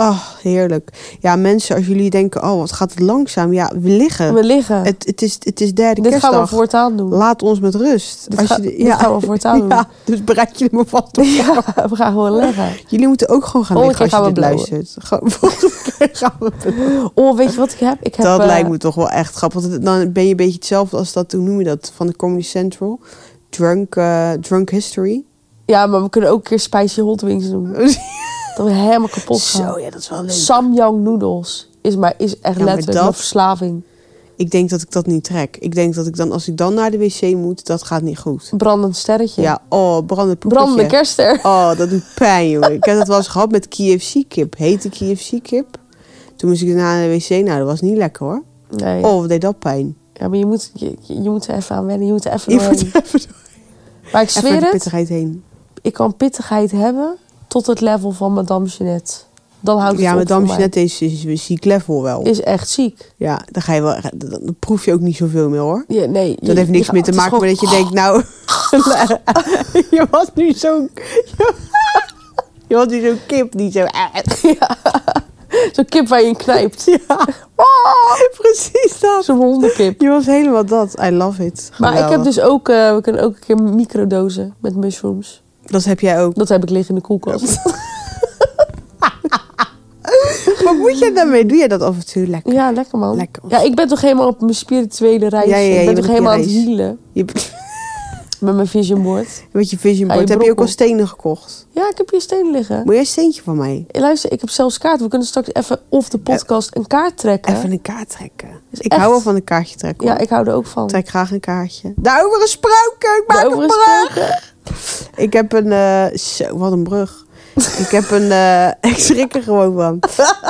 S2: Oh, heerlijk. Ja, mensen, als jullie denken, oh, wat gaat het langzaam. Ja, we liggen.
S1: We liggen.
S2: Het, het, is, het is derde
S1: Dit gaan we
S2: kerstdag.
S1: voortaan doen.
S2: Laat ons met rust.
S1: Dit,
S2: Als
S1: ga-
S2: je de-
S1: dit gaan we voortaan doen.
S2: Ja, dus bereid jullie me vast op.
S1: Ja, we gaan gewoon leggen.
S2: Jullie moeten ook gewoon gaan
S1: Volgende
S2: liggen als
S1: keer
S2: je dit
S1: gaan we
S2: luistert. Gewoon, volgende keer gaan we blowen.
S1: Oh, weet je wat ik heb? Ik heb
S2: Dat
S1: eh,
S2: lijkt me toch wel echt grappig. Want dan ben je een beetje hetzelfde als dat, hoe noem je dat, van de Comedy Central. Drunk, eh, drunk History.
S1: Ja, maar we kunnen ook een keer spicy hot wings doen. Dat we helemaal kapot gaan.
S2: Zo, ja, dat is wel leuk.
S1: Samyang noodles is, maar, is echt
S2: maar
S1: letterlijk
S2: dat-
S1: een verslaving.
S2: Ik denk dat ik dat niet trek. Ik denk dat ik dan, als ik dan naar de wc moet, dat gaat niet goed.
S1: Brandend sterretje.
S2: Ja, oh, brandend poepertje.
S1: Brandende kerster.
S2: Oh, dat doet pijn, jongen. Ik heb dat wel eens gehad met KFC-kip. Hete KFC-kip. Toen moest ik daarna naar de wc. Nou, dat was niet lekker, hoor.
S1: Nee.
S2: Oh, wat deed dat pijn.
S1: Ja, maar je moet, je, je moet er even aan wennen. Je moet er even
S2: Je moet
S1: doorheen.
S2: even door-
S1: Maar ik
S2: even door
S1: zweer
S2: de
S1: het,
S2: pittigheid heen.
S1: ik kan pittigheid hebben tot het level van Madame Jeannette. Dan houdt het
S2: Ja,
S1: op
S2: met
S1: voor mij.
S2: Damsje is, is een ziek level wel.
S1: is echt ziek.
S2: Ja, dan, ga je wel, dan, dan proef je ook niet zoveel meer, hoor.
S1: Ja, nee,
S2: Dat heeft niks meer te maken met dat je denkt, nou... je was nu zo'n... je was nu zo'n kip die zo...
S1: Zo'n kip waar je in knijpt.
S2: Ja, precies dat.
S1: Zo'n hondenkip.
S2: Je was helemaal dat. I love it.
S1: Maar ik heb
S2: Geweldig.
S1: dus ook, eh, we kunnen ook een keer microdozen met mushrooms.
S2: Dat heb jij ook.
S1: Dat heb ik liggen in de koelkast.
S2: Wat moet je daarmee? Doe je dat af en toe lekker?
S1: Ja, lekker man.
S2: Lekker.
S1: Ja, ik ben toch helemaal op mijn spirituele reis.
S2: Ja, ja,
S1: ik
S2: ja, je
S1: ben
S2: bent
S1: toch
S2: op je
S1: helemaal aan het
S2: reis.
S1: healen
S2: Je,
S1: met mijn vision board.
S2: met je vision
S1: Ja, je
S2: board. heb je ook
S1: brokkel.
S2: al stenen gekocht?
S1: Ja, ik heb hier stenen liggen. Eh,
S2: Moet jij een steentje van mij?
S1: Luister, ik heb zelfs kaart. We kunnen straks even of de podcast een kaart trekken.
S2: Even een kaart trekken.
S1: Is
S2: ik
S1: echt-
S2: hou wel van een kaartje trekken. hoor.
S1: Ja, ik hou er ook van.
S2: trek graag een kaartje. Daarover gesproken! Ik maak
S1: Daarover
S2: een brug!
S1: gesproken.
S2: Ik heb een... eh, zo, wat een brug. Ik heb een... eh, ik schrik er gewoon van.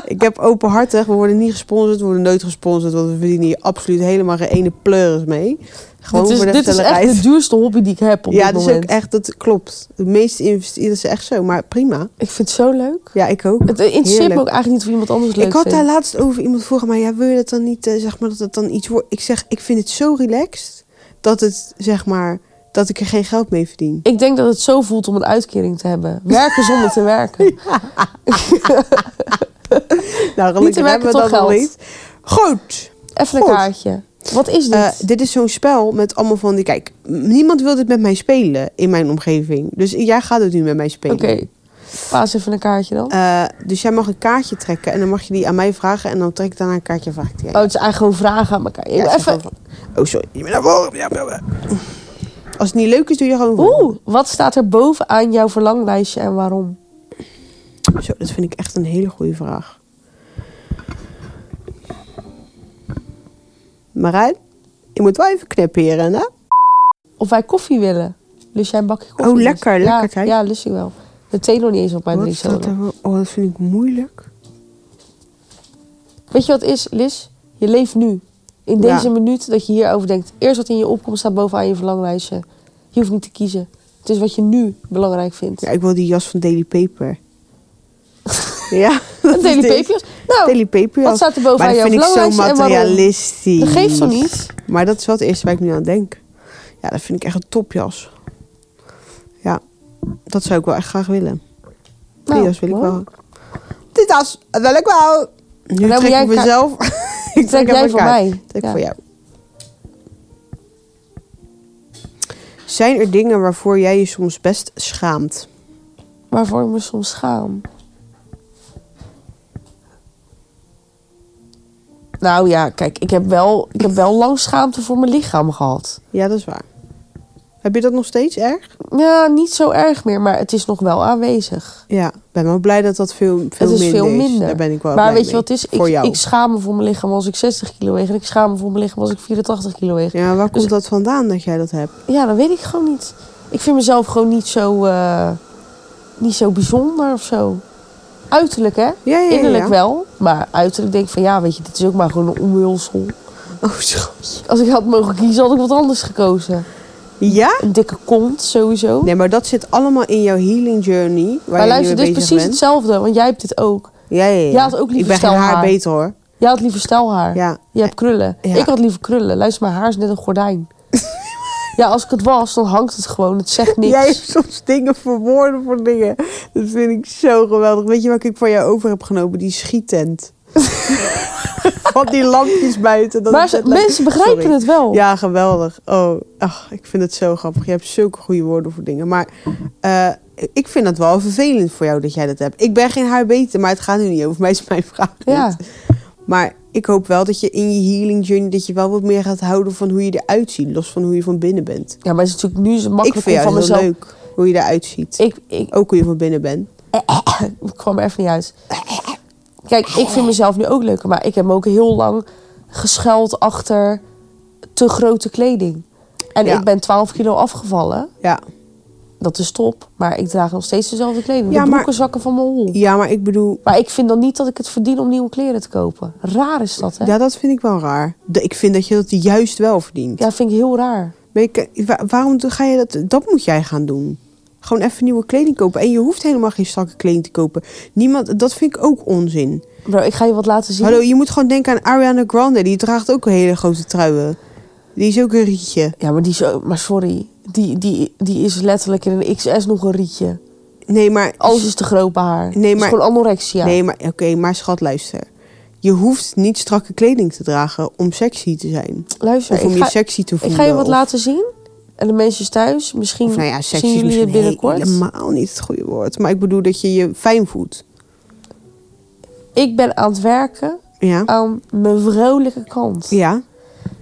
S2: Ik heb openhartig. We worden niet gesponsord. We worden nooit gesponsord. Want we verdienen hier absoluut helemaal geen ene pleuris mee. Gewoon
S1: dit is,
S2: voor de
S1: dit is
S2: gezelligheid.
S1: echt de duurste hobby die ik heb op
S2: ja,
S1: dit
S2: dat
S1: moment.
S2: is ook echt, dat klopt. De meeste investeren is echt zo, maar prima.
S1: Ik vind het zo leuk.
S2: Ja, ik ook.
S1: Het interesseert me
S2: Heerlijk.
S1: ook eigenlijk niet of iemand anders het leuk
S2: ik had daar
S1: vindt.
S2: laatst over iemand vroegen, maar ja, wil je dat dan niet, eh, zeg maar, dat het dan iets wordt? Ik zeg, ik vind het zo relaxed dat het, zeg maar, dat ik er geen geld mee verdien.
S1: Ik denk dat het zo voelt om een uitkering te hebben. Werken zonder te werken.
S2: Nou,
S1: Niet te
S2: gelukkig
S1: werken,
S2: hebben
S1: toch
S2: we dat nog
S1: geld.
S2: niet. Goed.
S1: Even een
S2: Goed.
S1: kaartje. Wat is dit?
S2: Eh, dit is zo'n spel met allemaal van die. Kijk, m- niemand wil dit met mij spelen in mijn omgeving. Dus jij gaat het nu met mij spelen.
S1: Oké, paas even een kaartje dan.
S2: Eh, dus jij mag een kaartje trekken en dan mag je die aan mij vragen. En dan trek ik daarna een kaartje en vraag ik die aan
S1: Oh, het is eigenlijk gewoon vragen aan elkaar.
S2: Ja, zeg
S1: even...
S2: gewoon van- Oh, sorry. Je bent naar voren. Ja, ja, ja. Als het niet leuk is, doe je gewoon voor.
S1: Oeh, wat staat er bovenaan jouw verlanglijstje en waarom?
S2: Zo, dat vind ik echt een hele goede vraag. Marijn, je moet wel even knipperen, hè?
S1: Of wij koffie willen. Lust jij een bakje koffie?
S2: Oh, lekker,
S1: ja,
S2: lekker, kijk.
S1: Ja, lust ik wel. De thee nog niet eens op mijn
S2: Wat staat
S1: drinkzone.
S2: er wel- Oh, dat vind ik moeilijk.
S1: Weet je wat het is, Lis? Je leeft nu. In
S2: Ja.
S1: deze minuut dat je hierover denkt. Eerst wat in je opkomt staat bovenaan je verlanglijstje. Je hoeft niet te kiezen. Het is wat je nu belangrijk vindt.
S2: Ja, ik wil die jas van Daily Paper. ja. dat
S1: Een
S2: is
S1: Daily
S2: dit.
S1: Paperjas? Nou,
S2: Daily Paper
S1: wat staat er bovenaan
S2: Maar dat
S1: jouw
S2: vind ik zo
S1: verlanglijstje en waarom?
S2: materialistisch.
S1: dat geeft toch niet?
S2: Maar dat is wel het eerste waar ik nu aan denk. Ja, dat vind ik echt een topjas. Ja, dat zou ik wel echt graag willen. Die
S1: Nou,
S2: jas wil ik
S1: mooi.
S2: wel. Dit jas wil ik wel. Nu
S1: moet
S2: trek
S1: jij
S2: ik
S1: ka-
S2: mezelf. ik
S1: Trek
S2: even
S1: jij
S2: een
S1: voor
S2: kaart.
S1: mij.
S2: Trek
S1: Ja.
S2: voor jou. Zijn er dingen waarvoor jij je soms best schaamt?
S1: Waarvoor ik me soms schaam. Nou ja, kijk, ik heb wel, ik heb wel lang schaamte voor mijn lichaam gehad.
S2: Ja, dat is waar. Heb je dat nog steeds erg?
S1: Ja, niet zo erg meer, maar het is nog wel aanwezig.
S2: Ja, ik ben wel blij dat dat veel, veel
S1: het is
S2: minder
S1: veel minder.
S2: Daar ben ik wel
S1: maar
S2: blij
S1: weet je
S2: mee.
S1: wat het is?
S2: Voor
S1: Ik,
S2: jou.
S1: ik schaam me voor mijn lichaam als ik 60 kilo weeg. En ik schaam me voor mijn lichaam als ik 84 kilo weeg.
S2: Ja, maar waar komt dat vandaan dat jij dat hebt?
S1: Ja, dat weet ik gewoon niet. Ik vind mezelf gewoon niet zo, eh, niet zo bijzonder of zo. Uiterlijk, hè?
S2: Ja, ja, ja.
S1: Innerlijk
S2: ja.
S1: wel, maar uiterlijk denk ik van ja, weet je, dit is ook maar gewoon een omhulsel.
S2: Oh, schat.
S1: Als ik had mogen kiezen, had ik wat anders gekozen.
S2: Ja?
S1: Een dikke kont sowieso.
S2: Nee, maar dat zit allemaal in jouw healing journey. Waar
S1: maar
S2: jij
S1: luister,
S2: nu
S1: dit
S2: mee
S1: is
S2: bezig
S1: precies
S2: bent.
S1: hetzelfde, want jij hebt dit ook.
S2: Ja, ja, ja.
S1: Jij had ook liever
S2: Ik ben geen haar
S1: stijlhaar.
S2: beter hoor.
S1: Jij had liever stijlhaar.
S2: Ja.
S1: Je hebt krullen.
S2: Ja.
S1: Ik had liever krullen. Luister, mijn haar is net een gordijn. ja, als ik het was, dan hangt het gewoon. Het zegt niks.
S2: Jij hebt soms dingen verwoorden voor dingen. Dat vind ik zo geweldig. Weet je wat ik voor jou over heb genomen? Die schiettent. Van die lampjes buiten. Dat
S1: maar
S2: is
S1: ze-
S2: net leuk.
S1: mensen begrijpen
S2: Sorry.
S1: het wel.
S2: Ja, geweldig. Oh, ach, ik vind het zo grappig. Je hebt zulke goede woorden voor dingen. Maar eh, ik vind dat wel vervelend voor jou dat jij dat hebt. Ik ben geen haar beter, maar het gaat nu niet over mij. is mijn vraag niet.
S1: Ja.
S2: Maar ik hoop wel dat je in je healing journey... dat je wel wat meer gaat houden van hoe je eruit ziet. Los van hoe je van binnen bent.
S1: Ja, maar het is natuurlijk nu zo
S2: Ik
S1: makkelijk
S2: vind
S1: om van
S2: jou heel
S1: mezelf...
S2: leuk hoe je eruit ziet.
S1: Ik, ik,
S2: Ook hoe je van binnen bent.
S1: ik kwam er even niet uit. Kijk, ik vind mezelf nu ook leuker, maar ik heb me ook heel lang geschuild achter te grote kleding. En
S2: Ja.
S1: ik ben 12 kilo afgevallen.
S2: Ja.
S1: Dat is top, maar ik draag nog steeds dezelfde kleding.
S2: Ja,
S1: de
S2: maar-
S1: broeken zakken van mijn hol.
S2: ja, maar ik bedoel...
S1: Maar ik vind dan niet dat ik het verdien om nieuwe kleren te kopen. Raar is dat, hè? Ja,
S2: Ja, dat vind ik wel raar. De- Ik vind dat je dat juist wel verdient.
S1: vind ik heel raar.
S2: Ben je- wa- waarom ga je dat? Dat moet jij gaan doen. Gewoon even nieuwe kleding kopen. En je hoeft helemaal geen strakke kleding te kopen. Niemand, dat vind ik ook onzin.
S1: Bro, ik ga je wat laten zien.
S2: Hallo, je moet gewoon denken aan Ariana Grande. Die draagt ook hele grote truien. Die is ook een rietje.
S1: Ja, maar, die is, ook- maar sorry, die, die, die is letterlijk in een XS nog een rietje.
S2: Nee, maar...
S1: Alles is te groot bij haar. Het is
S2: maar-
S1: gewoon anorexia.
S2: Nee, maar oké, maar schat, luister. Je hoeft niet strakke kleding te dragen om sexy te zijn.
S1: Luister,
S2: Of om
S1: ik
S2: je
S1: ga,
S2: sexy te
S1: Ik
S2: voelen.
S1: ga je wat
S2: of-
S1: laten zien. En de mensen thuis, misschien
S2: Of nou ja, sexy
S1: zien
S2: is
S1: jullie
S2: misschien
S1: het binnenkort.
S2: helemaal niet het goede woord. Maar ik bedoel dat je je fijn voelt.
S1: Ik ben aan het werken
S2: Ja?
S1: aan mijn vrolijke kant.
S2: Ja?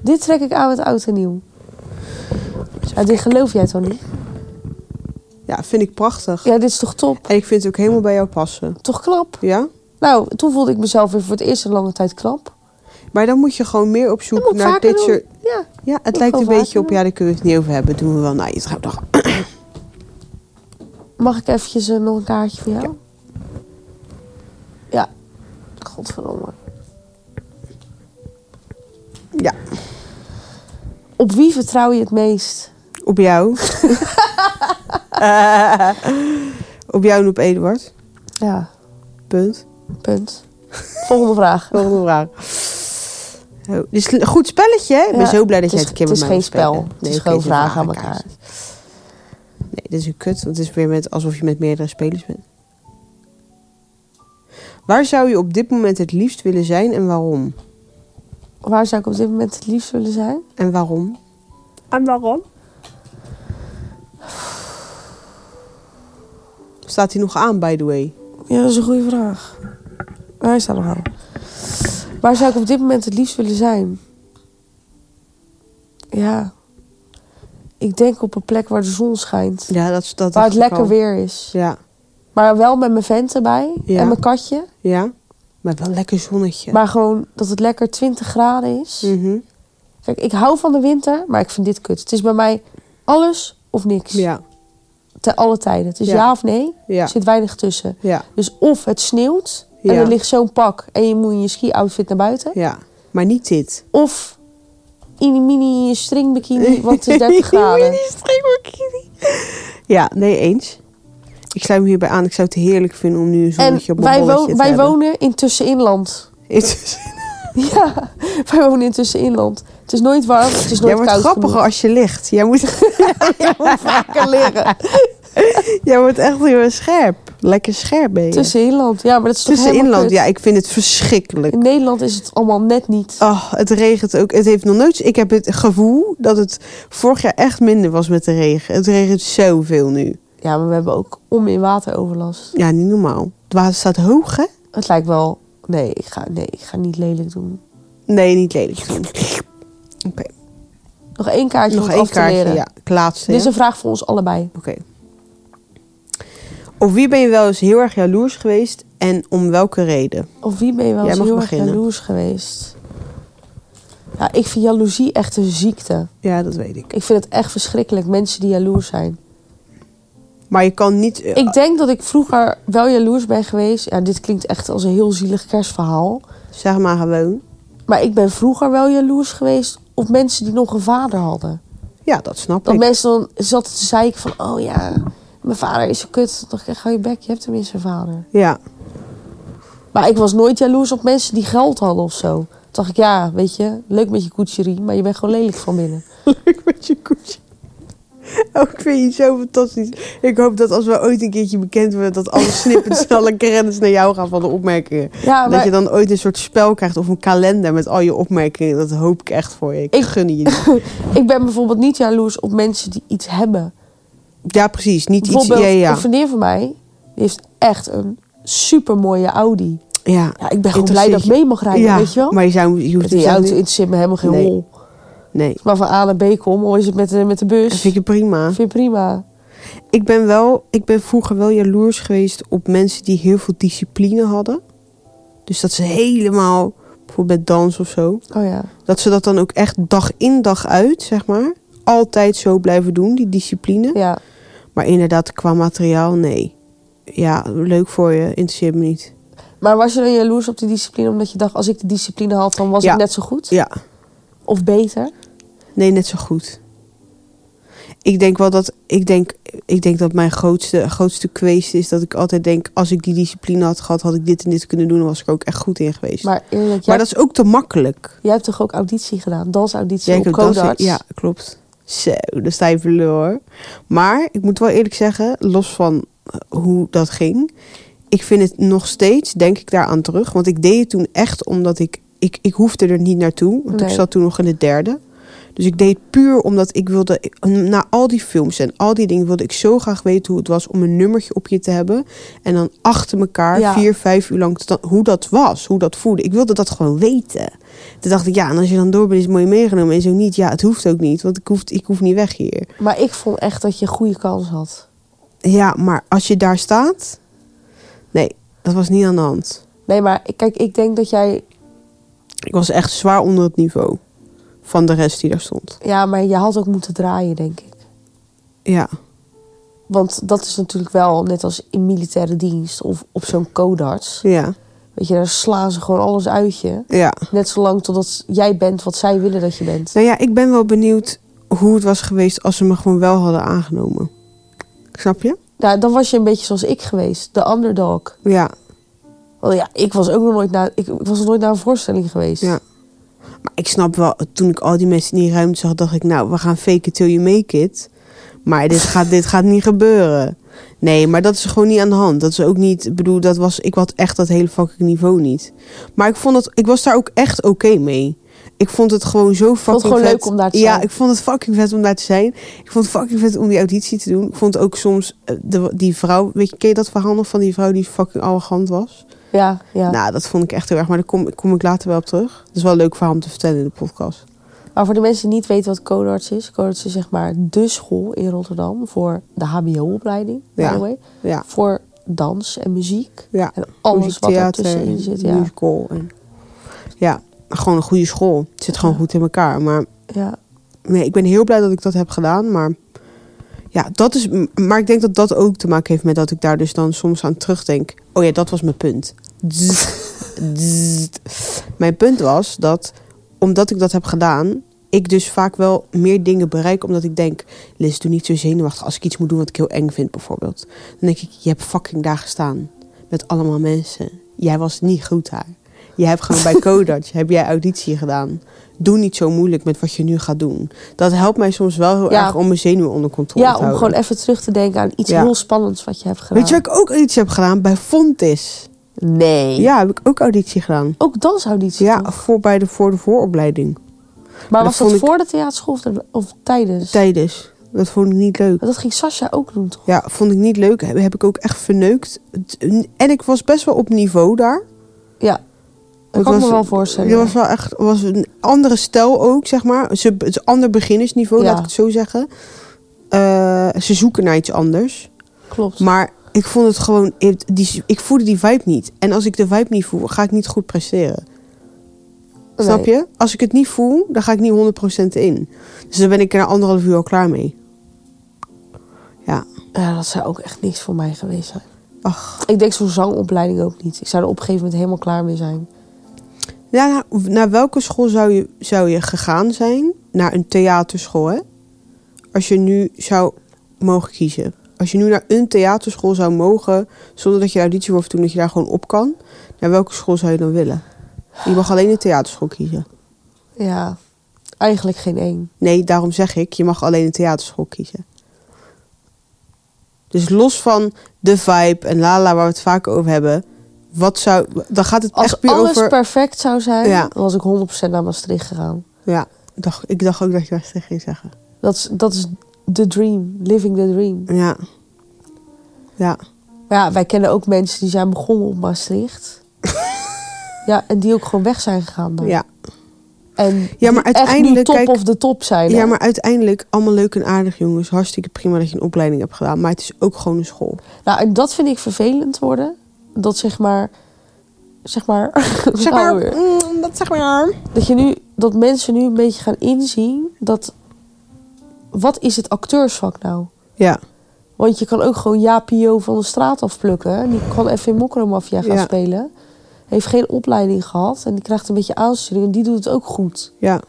S1: Dit trek ik aan met oud en nieuw. Ja, dit geloof jij toch niet?
S2: Ja, vind ik prachtig.
S1: Ja, dit is toch top?
S2: En ik vind het ook helemaal bij jou passen.
S1: Toch knap?
S2: Ja?
S1: Nou, toen voelde ik mezelf weer voor het eerst in lange tijd knap.
S2: Maar dan moet je gewoon meer op
S1: Dat
S2: zoek
S1: moet ik
S2: naar
S1: vaker
S2: dit
S1: doen.
S2: soort...
S1: Ja.
S2: Ja, het
S1: ik
S2: lijkt
S1: gewoon
S2: een
S1: vaker
S2: beetje op...
S1: doen.
S2: Nou, Ja, daar kunnen we het niet over hebben. Doen we wel na je trouwdag.
S1: Mag ik eventjes eh, nog een kaartje voor jou? Ja. Godverdomme.
S2: Ja,
S1: Op wie vertrouw je het meest?
S2: op jou. Eh, op jou en op Eduard.
S1: Ja,
S2: Punt.
S1: punt. Volgende vraag.
S2: Volgende vraag. Oh, dit is een goed spelletje, hè? Ik ben
S1: Ja,
S2: zo blij dat
S1: het
S2: jij
S1: is-
S2: het een keer
S1: het is geen
S2: met mij wilt
S1: spel.
S2: spelen.
S1: Het is
S2: oké,
S1: gewoon
S2: het een
S1: vragen aan
S2: vragenkaart. Nee, dit is een kut, want het is weer met alsof je met meerdere spelers bent. Waar zou je op dit moment het liefst willen zijn en waarom?
S1: Waar zou ik op dit moment het liefst willen zijn?
S2: En waarom?
S1: En waarom?
S2: Staat hij nog aan, by the way?
S1: Ja, dat is een goede vraag. Hij staat nog aan. Waar zou ik op dit moment het liefst willen zijn? Ja. Ik denk op een plek waar de zon schijnt.
S2: Ja, dat, dat
S1: waar het
S2: dacht ik
S1: lekker
S2: al.
S1: weer is.
S2: Ja,
S1: Maar wel met mijn vent erbij
S2: Ja.
S1: en mijn katje.
S2: ja. Maar wel lekker zonnetje.
S1: Maar gewoon dat het lekker 20 graden is.
S2: Mhm.
S1: Kijk, ik hou van de winter, maar ik vind dit kut. Het is bij mij alles of niks.
S2: Ja,
S1: Te alle tijden. Het is
S2: Ja.
S1: ja, of nee.
S2: ja,
S1: Er zit weinig tussen.
S2: ja,
S1: Dus of het sneeuwt en
S2: Ja.
S1: er ligt zo'n pak en je moet in je ski-outfit naar buiten.
S2: ja. Maar niet dit.
S1: Of in een mini stringbikini, want het is 30 graden.
S2: Mini stringbikini. Ja, nee, eens. Ik sluit me hierbij aan. Ik zou het heerlijk vinden om nu een
S1: En
S2: zonnetje op mijn
S1: wij,
S2: bolletje
S1: wo-
S2: te
S1: wij
S2: hebben.
S1: wonen in tusseninland. Ja, wij wonen in tusseninland. Het is nooit warm, het is nooit
S2: Jij wordt
S1: koud.
S2: grappiger
S1: genoeg.
S2: als je ligt. Jij moet,
S1: Je moet vaker leren.
S2: jij wordt echt heel erg scherp. Lekker scherp ben je.
S1: Tusseninland, ja, maar dat is toch
S2: Tussen
S1: helemaal
S2: inland.
S1: kut?
S2: Ja, ik vind het verschrikkelijk.
S1: In Nederland is het allemaal net niet.
S2: Oh, het regent ook. Het heeft nog nooit. Ik heb het gevoel dat het vorig jaar echt minder was met de regen. Het regent zoveel nu.
S1: Ja, maar we hebben ook om in wateroverlast.
S2: Ja, niet normaal. Het water staat hoog, hè?
S1: Het lijkt wel... Nee, ik ga, nee, ik ga niet lelijk doen.
S2: Nee, niet lelijk. Oké,
S1: Nog één kaartje
S2: nog
S1: om
S2: één
S1: af te
S2: kaartje.
S1: leren. Dus
S2: Ja, ik laatste.
S1: Dit is
S2: ja.
S1: een vraag voor ons allebei.
S2: Oké. Of wie ben je wel eens heel erg jaloers geweest en om welke reden?
S1: Of wie ben je wel
S2: Jij
S1: eens
S2: mag
S1: heel
S2: beginnen.
S1: erg jaloers geweest? Ja, ik vind jaloezie echt een ziekte.
S2: Ja, dat weet ik.
S1: Ik vind het echt verschrikkelijk, mensen die jaloers zijn.
S2: Maar je kan niet. eh,
S1: Ik denk dat ik vroeger wel jaloers ben geweest. Ja, dit klinkt echt als een heel zielig kerstverhaal.
S2: Zeg maar gewoon.
S1: Maar ik ben vroeger wel jaloers geweest op mensen die nog een vader hadden.
S2: Ja, dat snap
S1: Dat
S2: ik.
S1: mensen dan zaten te zeiken van... oh ja, mijn vader is zo kut. Dan dacht ik, ga je bek, je hebt tenminste een vader.
S2: Ja,
S1: Maar ik was nooit jaloers op mensen die geld hadden of zo. Toen dacht ik, ja, weet je, leuk met je koetserie... maar je bent gewoon lelijk van binnen.
S2: leuk met je koetje. Oh, ik vind je zo fantastisch. Ik hoop dat als we ooit een keertje bekend worden, dat alle snippets en alle credits naar jou gaan van de opmerkingen.
S1: Ja,
S2: Dat
S1: maar
S2: je dan ooit een soort spel krijgt of een kalender met al je opmerkingen. Dat hoop ik echt voor je. Ik,
S1: Ik-
S2: gun je. die.
S1: ik ben bijvoorbeeld niet jaloers op mensen die iets hebben.
S2: Ja, precies. Niet iets. Ja,
S1: Bijvoorbeeld
S2: ja.
S1: een vriendin van mij... die heeft echt een supermooie Audi.
S2: ja.
S1: Ja, ik ben gewoon blij dat ik
S2: Interesseert
S1: mee mag rijden,
S2: ja,
S1: weet je wel?
S2: Maar je, zou, je hoeft
S1: die
S2: zelf
S1: auto
S2: niet-
S1: interesseert me helemaal geen
S2: Nee.
S1: hol.
S2: Nee,
S1: Maar van A naar B kom, hoe is het met de, met de bus?
S2: dat vind ik prima.
S1: vind je prima.
S2: Ik ben, wel, ik ben vroeger wel jaloers geweest op mensen die heel veel discipline hadden. Dus dat ze helemaal, bijvoorbeeld bij dans of zo,
S1: Oh ja.
S2: dat ze dat dan ook echt dag in dag uit, zeg maar, altijd zo blijven doen, die discipline.
S1: ja.
S2: Maar inderdaad, qua materiaal, nee. Ja, leuk voor je, interesseert me niet.
S1: Maar was je dan jaloers op die discipline omdat je dacht... als ik de discipline had, dan was
S2: Ja.
S1: ik net zo goed?
S2: Ja,
S1: Of beter?
S2: nee, net zo goed. Ik denk wel dat, ik denk, ik denk dat mijn grootste, grootste kwestie is dat ik altijd denk, als ik die discipline had gehad, had ik dit en dit kunnen doen, dan was ik er ook echt goed in geweest.
S1: Maar eerlijk, jij,
S2: Maar dat is ook te makkelijk.
S1: jij hebt toch ook auditie gedaan? Dansauditie
S2: Ja,
S1: op
S2: ik heb dansen-
S1: Codarts?
S2: Ja, klopt. Zo, de stijve lul hoor. Maar ik moet wel eerlijk zeggen, los van eh, hoe dat ging. Ik vind het nog steeds, denk ik daaraan terug. Want ik deed het toen echt omdat ik... Ik, ik hoefde er niet naartoe. Want ik
S1: Nee.
S2: zat toen nog in het derde. Dus ik deed het puur omdat ik wilde... ik- Na al die films en al die dingen wilde ik zo graag weten hoe het was... om een nummertje op je te hebben. En dan achter elkaar
S1: Ja.
S2: vier, vijf uur lang... te dan- hoe dat was, hoe dat voelde. Ik wilde dat gewoon weten. Toen dacht ik, ja, en als je dan door bent, is het mooi meegenomen. En zo niet, ja, het hoeft ook niet, want ik hoef, ik hoef niet weg hier.
S1: Maar ik vond echt dat je een goede kans had.
S2: Ja, maar als je daar staat... Nee, dat was niet aan de hand.
S1: Nee, maar ik- kijk, ik denk dat jij...
S2: Ik was echt zwaar onder het niveau van de rest die daar stond.
S1: Ja, maar je had ook moeten draaien, denk ik.
S2: Ja.
S1: Want dat is natuurlijk wel net als in militaire dienst of op zo'n codarts.
S2: Ja.
S1: Weet je, daar slaan ze gewoon alles uit je.
S2: Ja.
S1: Net zolang totdat jij bent wat zij willen dat je bent.
S2: Nou ja, ik ben wel benieuwd hoe het was geweest als ze me gewoon wel hadden aangenomen. Snap je?
S1: Nou, dan was je een beetje zoals ik geweest, de underdog.
S2: Ja.
S1: Want ja, ik was ook nog nooit naar, ik, ik was nog nooit naar een voorstelling geweest.
S2: Ja. Maar ik snap wel, toen ik al die mensen in die ruimte zag, dacht ik, nou, we gaan fake it till you make it. Maar dit gaat, dit gaat niet gebeuren. Nee, maar dat is gewoon niet aan de hand. Dat is ook niet, ik bedoel, dat was, ik had echt dat hele fucking niveau niet. Maar ik vond dat, ik was daar ook echt oké mee. Ik vond het gewoon zo fucking
S1: het gewoon
S2: vet.
S1: leuk om daar te
S2: Ja,
S1: zijn.
S2: ik vond het fucking vet om daar te zijn. Ik vond het fucking vet om die auditie te doen. Ik vond ook soms eh, de, die vrouw, weet je, ken je dat verhaal nog van die vrouw die fucking arrogant was?
S1: ja. ja.
S2: Nou, dat vond ik echt heel erg. Maar daar kom, kom ik later wel op terug. Dat is wel een leuk verhaal om te vertellen in de podcast.
S1: Maar voor de mensen die niet weten wat codarts is. Codarts is zeg maar de school in Rotterdam voor de hbo-opleiding, by
S2: Ja.
S1: the way.
S2: Ja.
S1: Voor dans en muziek.
S2: Ja.
S1: En alles wat er
S2: Muziektheater
S1: tussenin
S2: en
S1: zit. Ja.
S2: Musical. En... Ja, gewoon een goede school. Het zit gewoon goed in elkaar. Maar
S1: ja.
S2: nee, ik ben heel blij dat ik dat heb gedaan. Maar ja, dat is. m- Maar ik denk dat dat ook te maken heeft met dat ik daar dus dan soms aan terugdenk. Oh ja, dat was mijn punt. Zzzt. Zzzt. Mijn punt was dat omdat ik dat heb gedaan, ik dus vaak wel meer dingen bereik. Omdat ik denk, Liz, doe niet zo zenuwachtig als ik iets moet doen wat ik heel eng vind, bijvoorbeeld. Dan denk ik, je hebt fucking daar gestaan. Met allemaal mensen. Jij was niet goed daar. Jij hebt gewoon bij Kodarts, heb jij auditie gedaan. Doe niet zo moeilijk met wat je nu gaat doen. Dat helpt mij soms wel heel
S1: Ja.
S2: erg om mijn zenuwen onder controle
S1: ja,
S2: te
S1: om
S2: houden.
S1: gewoon even terug te denken aan iets
S2: Ja.
S1: heel spannends wat je hebt gedaan.
S2: Weet je wat ik ook auditie heb gedaan? Bij Fontis.
S1: Nee.
S2: Ja, heb ik ook auditie gedaan.
S1: Ook dansauditie.
S2: Ja,
S1: toch?
S2: voor, bij de, voor de vooropleiding.
S1: Maar
S2: dat
S1: was
S2: vond
S1: dat
S2: ik-
S1: voor de theaterschool of, er- of tijdens?
S2: Tijdens. Dat vond ik niet leuk.
S1: Want dat ging Sascha ook doen, toch?
S2: Ja, vond ik niet leuk. Heb, heb ik ook echt verneukt. Het- En ik was best wel op niveau
S1: Oh,
S2: daar.
S1: Ja. Dat
S2: Het
S1: kan ik me
S2: was-
S1: wel voorstellen.
S2: Je was wel echt was een andere stijl ook, zeg maar. Ze, het is een ander beginnersniveau,
S1: Ja.
S2: laat ik het zo zeggen. Eh, ze zoeken naar iets anders.
S1: Klopt.
S2: Maar ik vond het gewoon... Ik, die, ik voelde die vibe niet. En als ik de vibe niet voel, ga ik niet goed presteren.
S1: Nee.
S2: Snap je? Als ik het niet voel, dan ga ik niet 100% in. Dus dan ben ik er na anderhalf uur al klaar mee. Ja.
S1: Ja, dat zou ook echt niks voor mij geweest zijn.
S2: Ach.
S1: Ik denk zo'n zangopleiding ook niet. Ik zou er op een gegeven moment helemaal klaar mee zijn.
S2: Ja, nou, naar welke school zou je, zou je gegaan zijn? Naar een theaterschool, hè? Als je nu zou mogen kiezen. Als je nu naar een theaterschool zou mogen, zonder dat je de auditie hoeft te doen, dat je daar gewoon op kan. Naar welke school zou je dan willen? Je mag alleen een theaterschool kiezen.
S1: Ja, eigenlijk geen één.
S2: Nee, daarom zeg ik, je mag alleen een theaterschool kiezen. Dus los van de vibe en lala waar we het vaak over hebben. Wat zou, dan gaat het
S1: Als
S2: echt puur
S1: alles
S2: over...
S1: perfect zou zijn,
S2: Ja.
S1: dan was ik 100% naar Maastricht gegaan.
S2: Ja, ik dacht, ik dacht ook dat je dat ging zeggen.
S1: Dat is, dat is the dream, living the dream.
S2: Ja. Ja.
S1: Maar ja, wij kennen ook mensen die zijn begonnen op Maastricht. ja, en die ook gewoon weg zijn gegaan dan.
S2: Ja.
S1: En die
S2: maar
S1: echt nu
S2: uiteindelijk,
S1: top
S2: kijk-
S1: of de top zijn. hè?
S2: ja, maar uiteindelijk allemaal leuk en aardig, jongens. Hartstikke prima dat je een opleiding hebt gedaan. Maar het is ook gewoon een school.
S1: Nou, en dat vind ik vervelend worden. Dat zeg maar... Zeg maar...
S2: Zeg maar,
S1: Nou weer.
S2: mm, dat zeg maar.
S1: dat, je nu, dat mensen nu een beetje gaan inzien dat. Wat is het acteursvak nou?
S2: Ja,
S1: Want je kan ook gewoon Japio van de straat afplukken. En Die kan even in Mokromafia gaan
S2: Ja.
S1: spelen. Heeft geen opleiding gehad. En die krijgt een beetje aansturing. En die doet het ook goed.
S2: ja.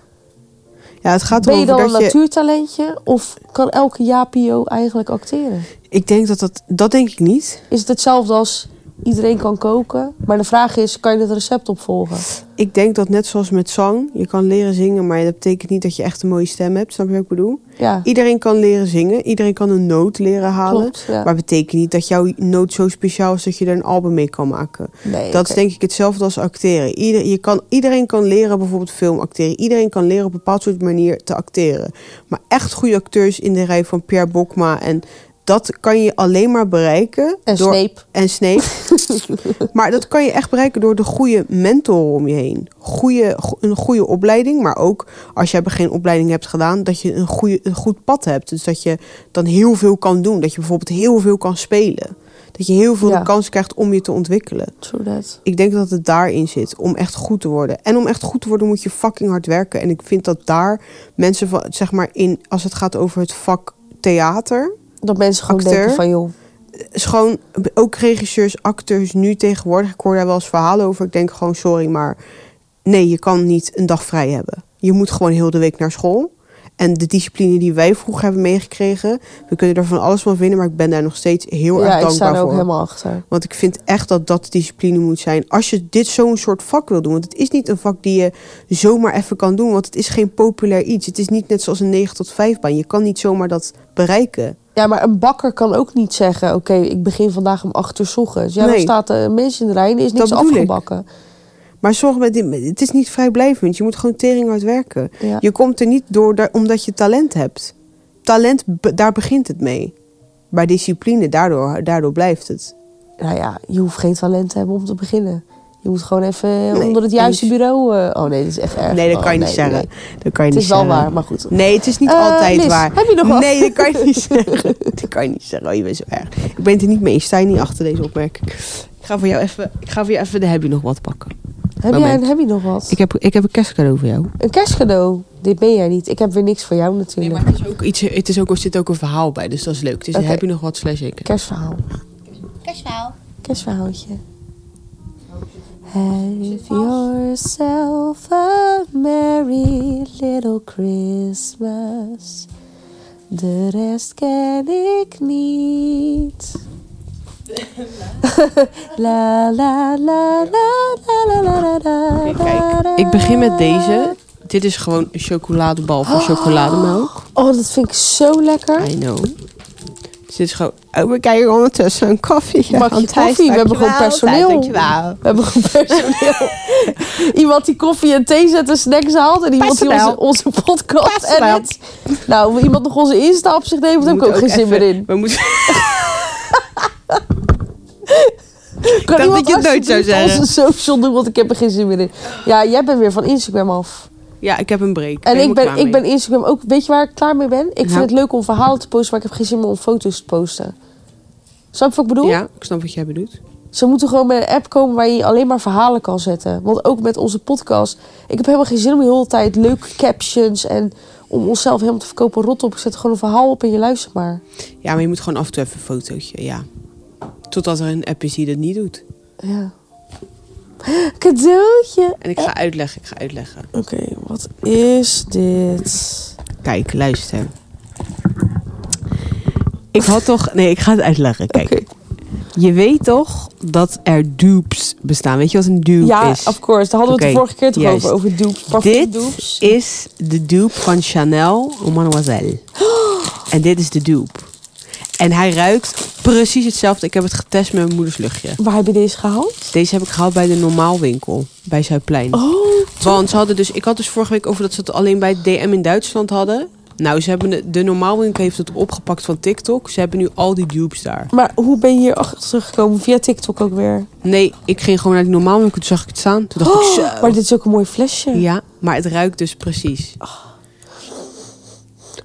S2: Ja, het gaat
S1: Ben je
S2: erom
S1: dan een
S2: dat je...
S1: natuurtalentje? Of kan elke Japio eigenlijk acteren?
S2: Ik denk dat dat... Dat denk ik niet.
S1: Is het hetzelfde als iedereen kan koken? Maar de vraag is, kan je het recept opvolgen?
S2: Ik denk dat net zoals met zang, je kan leren zingen... maar dat betekent niet dat je echt een mooie stem hebt. Snap je wat ik bedoel?
S1: Ja,
S2: Iedereen kan leren zingen. Iedereen kan een noot leren halen.
S1: klopt. Ja.
S2: Maar betekent niet dat jouw noot zo speciaal is... dat je er een album mee kan maken.
S1: Nee,
S2: Dat
S1: oké.
S2: is denk ik hetzelfde als acteren. Ieder, je kan, iedereen kan leren bijvoorbeeld film acteren. Iedereen kan leren op een bepaald soort manier te acteren. Maar echt goede acteurs in de rij van Pierre Bokma en dat kan je alleen maar bereiken
S1: En
S2: door
S1: Snape.
S2: en Snape. maar dat kan je echt bereiken door de goede mentor om je heen. Goeie, go- een goede opleiding, maar ook als jij geen opleiding hebt gedaan, dat je een, goede, een goed pad hebt. Dus dat je dan heel veel kan doen. Dat je bijvoorbeeld heel veel kan spelen. Dat je heel veel
S1: Ja.
S2: de kans krijgt om je te ontwikkelen.
S1: True that.
S2: Ik denk dat het daarin zit, om echt goed te worden. En om echt goed te worden moet je fucking hard werken. En ik vind dat daar mensen van, zeg maar, in, als het gaat over het vak theater,
S1: Dat mensen gewoon
S2: Acteur.
S1: denken van, joh,
S2: is gewoon ook regisseurs, acteurs nu tegenwoordig. Ik hoor daar wel eens verhalen over. Ik denk gewoon, sorry, maar nee, je kan niet een dag vrij hebben. Je moet gewoon heel de week naar school. En de discipline die wij vroeger hebben meegekregen, we kunnen er van alles van vinden, maar ik ben daar nog steeds heel
S1: ja,
S2: erg
S1: ik sta
S2: dankbaar
S1: er ook
S2: voor.
S1: helemaal achter.
S2: Want ik vind echt dat dat de discipline moet zijn. Als je dit zo'n soort vak wil doen. Want het is niet een vak die je zomaar even kan doen. Want het is geen populair iets. Het is niet net zoals een 9 tot 5 baan. Je kan niet zomaar dat bereiken.
S1: Ja, maar een bakker kan ook niet zeggen, oké, ik begin vandaag om acht uur 's ochtends. Ja, dan
S2: Nee.
S1: staat er een mens in de rij en er is
S2: Dat
S1: niks
S2: bedoel ik.
S1: afgebakken.
S2: Maar zorg met dit. Het is niet vrijblijvend. Je moet gewoon tering hard werken.
S1: Ja.
S2: Je komt er niet door daar- omdat je talent hebt. Talent, be- daar begint het mee. Bij discipline, daardoor, daardoor blijft het.
S1: Nou ja, je hoeft geen talent te hebben om te beginnen. Je moet gewoon even
S2: Nee,
S1: onder het juiste
S2: eens.
S1: bureau... eh, oh nee, dat is echt erg.
S2: Nee, dat
S1: Oh,
S2: kan je niet zeggen.
S1: nee.
S2: Dat kan je
S1: Het
S2: niet
S1: is wel
S2: zeggen.
S1: waar, maar goed.
S2: Nee, het is niet
S1: Eh,
S2: altijd
S1: Liz,
S2: waar.
S1: heb je nog wat?
S2: Nee, dat kan je niet zeggen. Dat kan je niet zeggen. Oh, je bent zo erg. Ik ben het er niet mee eens. Sta je niet achter deze opmerking. Ik ga voor jou even, ik ga voor jou even de heb je nog wat pakken.
S1: Heb, jij,
S2: Moment.
S1: heb je nog wat?
S2: Ik heb, ik heb een kerstcadeau voor jou.
S1: Een kerstcadeau? Dit ben jij niet. Ik heb weer niks voor jou
S2: Nee,
S1: natuurlijk.
S2: maar het is ook iets, het is ook, er zit ook een verhaal bij, dus dat is leuk. Het is
S1: Oké.
S2: heb je nog wat slash ik.
S1: Kerstverhaal.
S3: Kerstverhaal.
S1: Kerstverhaaltje. Have yourself a merry little Christmas. De rest ken ik niet. La la la la la la la la la.
S2: Oké, kijk. Ik begin met deze. Dit is gewoon een chocoladebal van chocolademelk.
S1: Oh, dat vind ik zo lekker.
S2: I know. Dus dit is gewoon... Oh, we kijken ondertussen een koffie.
S1: Een bakje
S2: aan Thijs.
S1: koffie. We hebben gewoon
S2: Dankjewel,
S1: personeel.
S2: Thijs, Dankjewel.
S1: We hebben gewoon personeel. iemand die koffie en thee zet en snacks haalt. En iemand die onze,
S2: Personeel.
S1: onze podcast
S2: Personeel.
S1: edit. Nou, wil iemand nog onze Insta op zich nemen,
S2: We
S1: daar heb ik ook
S2: moeten
S1: geen zin
S2: even-
S1: meer in.
S2: We moeten...
S1: Kan
S2: dacht
S1: iemand
S2: dat je het nooit zou
S1: alsjeblieft
S2: zeggen.
S1: onze social doen, want ik heb er geen zin meer in. Ja, jij bent weer van Instagram af.
S2: Ja, ik heb een break.
S1: En ik ben,
S2: helemaal
S1: ik
S2: klaar
S1: ben Instagram ook... Weet je waar ik klaar mee ben? Ik vind
S2: Nou.
S1: het leuk om verhalen te posten, maar ik heb geen zin meer om foto's te posten. Snap je wat ik
S2: mee.
S1: bedoel?
S2: Ja, ik snap wat jij bedoelt.
S1: Ze moeten gewoon met een app komen waar je alleen maar verhalen kan zetten. Want ook met onze podcast. Ik heb helemaal geen zin om de hele tijd leuke captions en om onszelf helemaal te verkopen rot op. Ik zet gewoon een verhaal op en je luistert maar.
S2: Ja, maar je moet gewoon af en toe even een fotootje, ja. Totdat er een app is die dat niet doet.
S1: Ja. Cadeautje. Eh,
S2: En ik ga uitleggen, ik ga uitleggen.
S1: Oké, wat is dit?
S2: Kijk, luister. Ik had toch... Nee, ik ga het uitleggen. Kijk,
S1: Oké.
S2: je weet toch dat er dupes bestaan. Weet je wat een dupe
S1: Ja,
S2: is?
S1: of course. Daar hadden we het
S2: Oké,
S1: de vorige keer toch
S2: juist.
S1: over. Over dupes. Parfum
S2: Dit
S1: dupes.
S2: is de dupe van Chanel Mademoiselle. En dit is de dupe. En hij ruikt precies hetzelfde. Ik heb het getest met mijn moeders luchtje.
S1: Waar heb je deze gehaald?
S2: Deze heb ik gehaald bij de normaalwinkel. Bij Zuidplein.
S1: Oh,
S2: Want ze hadden dus... Ik had dus vorige week over dat ze het alleen bij het DM in Duitsland hadden. Nou, ze hebben de, de normaalwinkel heeft het opgepakt van TikTok. Ze hebben nu al die dupes daar.
S1: maar hoe ben je hier achter gekomen? Via TikTok ook weer.
S2: Nee, ik ging gewoon naar die normaalwinkel. Toen zag ik het staan. Toen dacht ik
S1: Oh,
S2: zo.
S1: maar dit is ook een mooi flesje.
S2: Ja, maar het ruikt dus precies.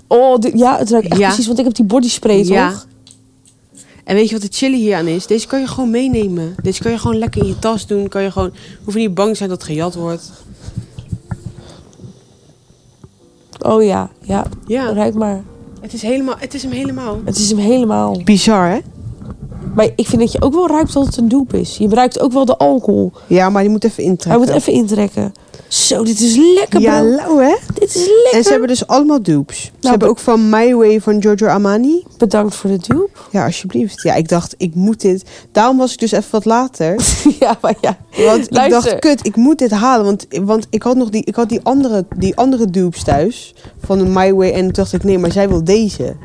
S1: Oh, dit- ja, het ruikt echt
S2: Ja.
S1: precies. Want ik heb die body spray,
S2: Ja.
S1: toch?
S2: En weet je wat het chillen hier aan is? Deze kan je gewoon meenemen. Deze kan je gewoon lekker in je tas doen. Kan je gewoon, hoef je niet bang te zijn dat het gejat wordt.
S1: Oh ja, ja.
S2: Ja,
S1: Ruik maar.
S2: het is, helemaal, het is hem helemaal.
S1: Het is hem helemaal.
S2: Bizar, hè?
S1: Maar ik vind dat je ook wel ruikt dat het een doep is. Je ruikt ook wel de alcohol.
S2: Ja, maar die moet even intrekken.
S1: Hij moet even intrekken. Zo, dit is lekker, bro.
S2: lauw, hè?
S1: dit is lekker.
S2: En ze hebben dus allemaal dupes. Ze
S1: Nou,
S2: hebben
S1: be-
S2: ook van My Way van Giorgio Armani.
S1: Bedankt voor de dupe.
S2: Ja, alsjeblieft. Ja, ik dacht, ik moet dit. Daarom was ik dus even wat later.
S1: ja, maar ja.
S2: Want ik
S1: Luister.
S2: dacht, kut, ik moet dit halen. Want, want ik had nog die, ik had die andere, die andere dupes thuis. Van de My Way. En toen dacht ik, nee, maar zij wil deze.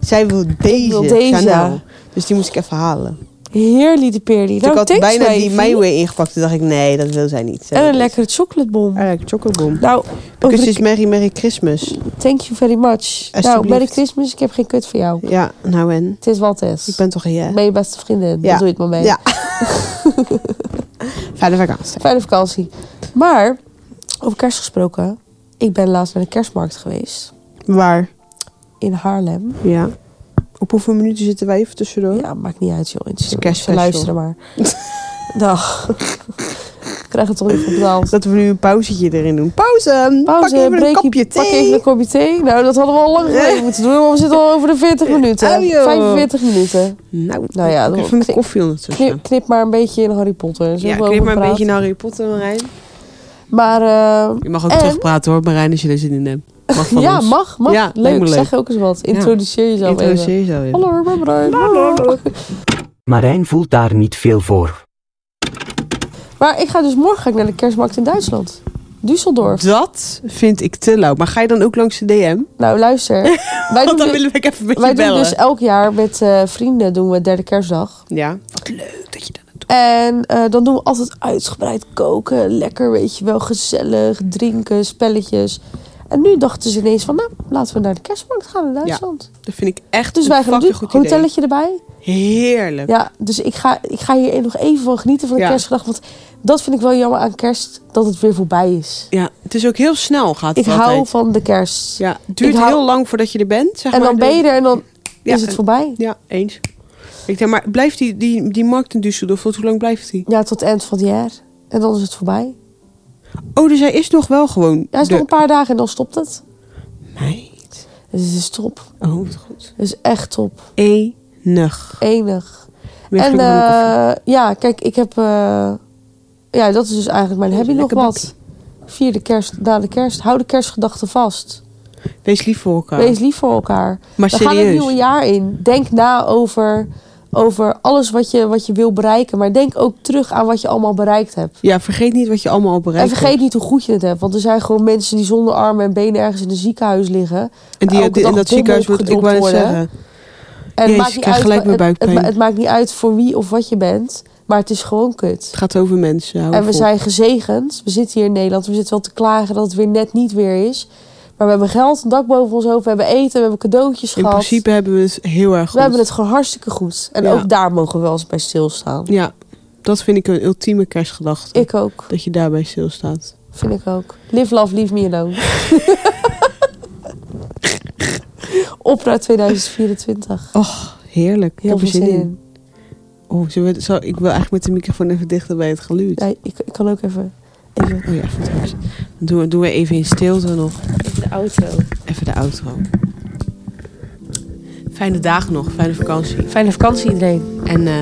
S2: Zij wil deze.
S1: wil deze.
S2: Chanel. Dus die moest ik even halen.
S1: Heerly de peerly.
S2: Dus
S1: Nou,
S2: ik had
S1: thanks,
S2: bijna die
S1: wijfie.
S2: My Way ingepakt. Toen dacht ik, nee, dat wil zij niet. Zij
S1: En
S2: wil
S1: een
S2: deze.
S1: lekkere chocoladebom.
S2: En een lekker chocobom.
S1: Nou,
S2: Kusjes Merry Merry Christmas.
S1: thank you very much. Nou,
S2: Alsjeblieft.
S1: Merry Christmas. Ik heb geen kut voor jou.
S2: Ja, nou en?
S1: Het is wat het is.
S2: Ik ben toch hier.
S1: Ik ben je beste vriendin.
S2: Ja.
S1: Daar doe je het maar mee.
S2: Ja. Fijne vakantie.
S1: Fijne vakantie. Maar, over kerst gesproken. Ik ben laatst naar de kerstmarkt geweest.
S2: Waar?
S1: In Haarlem.
S2: Ja. Op hoeveel minuten zitten wij even tussendoor?
S1: Ja, maakt niet uit, joh. Het is
S2: kerstspecial.
S1: luisteren maar. Dag. krijg het toch niet voor betaald.
S2: Dat we nu een pauzetje erin doen. Pauze! pak
S1: Pauze,
S2: even een
S1: breakie,
S2: kopje
S1: pak
S2: thee.
S1: even een kopje thee. Nou, dat hadden we al lang geleden moeten doen, want we zitten al over de 40 minuten.
S2: Au, Oh, joh.
S1: 45 minuten.
S2: Nou,
S1: Nou ja,
S2: pak
S1: dan-
S2: even mijn
S1: knip-
S2: koffie ondertussen.
S1: Knip, knip maar een beetje in Harry Potter.
S2: ja,
S1: Zullen we
S2: knip maar
S1: over
S2: een beetje
S1: praten?
S2: naar Harry Potter, Marijn.
S1: Maar eh,
S2: Je mag ook
S1: En?
S2: terugpraten hoor, Marijn, als je er zin in hebt. Mag van
S1: ja,
S2: ons.
S1: mag, mag.
S2: Ja, lijkt
S1: leuk.
S2: me leuk.
S1: Zeg ook eens wat. Introduceer jezelf even.
S2: Introduceer jezelf even.
S1: Hallo, ik ben Brian.
S3: Marijn voelt daar niet veel voor.
S1: Maar ik ga dus morgen ga ik naar de kerstmarkt in Duitsland. Düsseldorf.
S2: Dat vind ik te lauw. Maar ga je dan ook langs de DM?
S1: Nou, luister. Wij doen,
S2: Want dan
S1: du-
S2: willen we even met
S1: dus- wij
S2: je
S1: doen
S2: bellen.
S1: dus elk jaar met eh, vrienden doen we derde kerstdag.
S2: Ja. Wat leuk dat je dat doet.
S1: En eh, dan doen we altijd uitgebreid koken. Lekker, weet je wel, gezellig. Drinken, spelletjes. En nu dachten ze ineens van, nou, laten we naar de kerstmarkt gaan in Duitsland.
S2: Dat vind ik echt
S1: Dus
S2: een
S1: wij gaan
S2: fucking
S1: doen,
S2: goed idee.
S1: hotelletje erbij.
S2: Heerlijk.
S1: Ja, dus ik ga, ik ga hier nog even van genieten van de
S2: Ja.
S1: kerstgedag. Want dat vind ik wel jammer aan kerst, dat het weer voorbij is.
S2: Ja, het is ook heel snel gaat
S1: Ik
S2: het
S1: hou
S2: altijd.
S1: van de kerst.
S2: Ja, het duurt
S1: ik hou-
S2: heel lang voordat je er bent, zeg
S1: en
S2: maar.
S1: dan ben je er en dan
S2: Ja,
S1: is het voorbij.
S2: Ja, eens. Ik denk, maar blijft die, die, die markt in Düsseldorf, tot hoe lang blijft die?
S1: Ja, tot eind van het jaar. En dan is het voorbij.
S2: Oh, dus hij is nog wel gewoon...
S1: Ja, het is
S2: de-
S1: nog een paar dagen en dan stopt het.
S2: Meid.
S1: Dus het is top.
S2: Oh, wat goed.
S1: Het is echt top.
S2: Enig.
S1: Enig.
S2: Weer
S1: en
S2: gelukkig met mijn
S1: eh,
S2: koffie.
S1: ja, kijk, ik heb... eh, ja, dat is dus eigenlijk mijn hobby nog
S2: lekker
S1: wat. Vier de kerst, na de kerst. Hou de kerstgedachten vast.
S2: Wees lief voor elkaar.
S1: Wees lief voor elkaar.
S2: Maar
S1: We gaan het
S2: serieus.
S1: nieuwe jaar in. Denk na over, over alles wat je, wat je wil bereiken. Maar denk ook terug aan wat je allemaal bereikt hebt.
S2: Ja, vergeet niet wat je allemaal al bereikt
S1: En vergeet niet hoe goed je het hebt. Want er zijn gewoon mensen die zonder armen en benen ergens in een ziekenhuis liggen.
S2: hebt. En die,
S1: elke
S2: die- in
S1: dag
S2: dat ziekenhuis
S1: bommen
S2: wordt, ik wou het
S1: opgedropt
S2: zeggen.
S1: En het
S2: Jezus,
S1: maakt
S2: ik
S1: niet
S2: krijg
S1: uit,
S2: gelijk
S1: wa-
S2: weer
S1: het, het,
S2: buikpijn.
S1: ma- het maakt niet uit voor wie of wat je bent. Maar het is gewoon kut.
S2: Het gaat over mensen. hou
S1: En we
S2: vol.
S1: zijn gezegend. We zitten hier in Nederland. We zitten wel te klagen dat het weer net niet weer is. Maar we hebben geld, een dak boven ons hoofd. We hebben eten, we hebben cadeautjes
S2: In
S1: gehad.
S2: principe hebben we het heel erg goed.
S1: We hebben het gewoon hartstikke goed. En
S2: Ja.
S1: ook daar mogen we wel eens bij stilstaan.
S2: Ja, dat vind ik een ultieme kerstgedachte.
S1: Ik ook.
S2: Dat je daarbij stilstaat.
S1: Vind ik ook. Live, love, leave me alone. Op naar 2024.
S2: Och, heerlijk.
S1: Heel
S2: ik heb
S1: veel
S2: er
S1: Oh, zin in.
S2: Oh, zullen we- zal- ik wil eigenlijk met de microfoon even dichter bij het geluid.
S1: Ja, ik, ik kan ook even, even
S2: Oh ja, goed. goed. Dan doen we, doen we even in stilte nog
S1: de auto.
S2: even de outro. Fijne dagen nog, fijne vakantie.
S1: Fijne vakantie iedereen.
S2: En eh,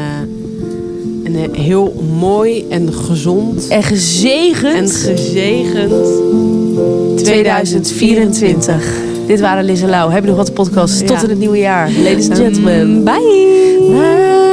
S2: een eh, heel mooi en gezond
S1: En gezegend
S2: en gezegend
S1: 2024. Dit waren Liz en Lau. Heb je nog wat podcasts?
S2: Ja.
S1: Tot in het nieuwe jaar. Ladies and gentlemen.
S2: Bye!
S1: Bye.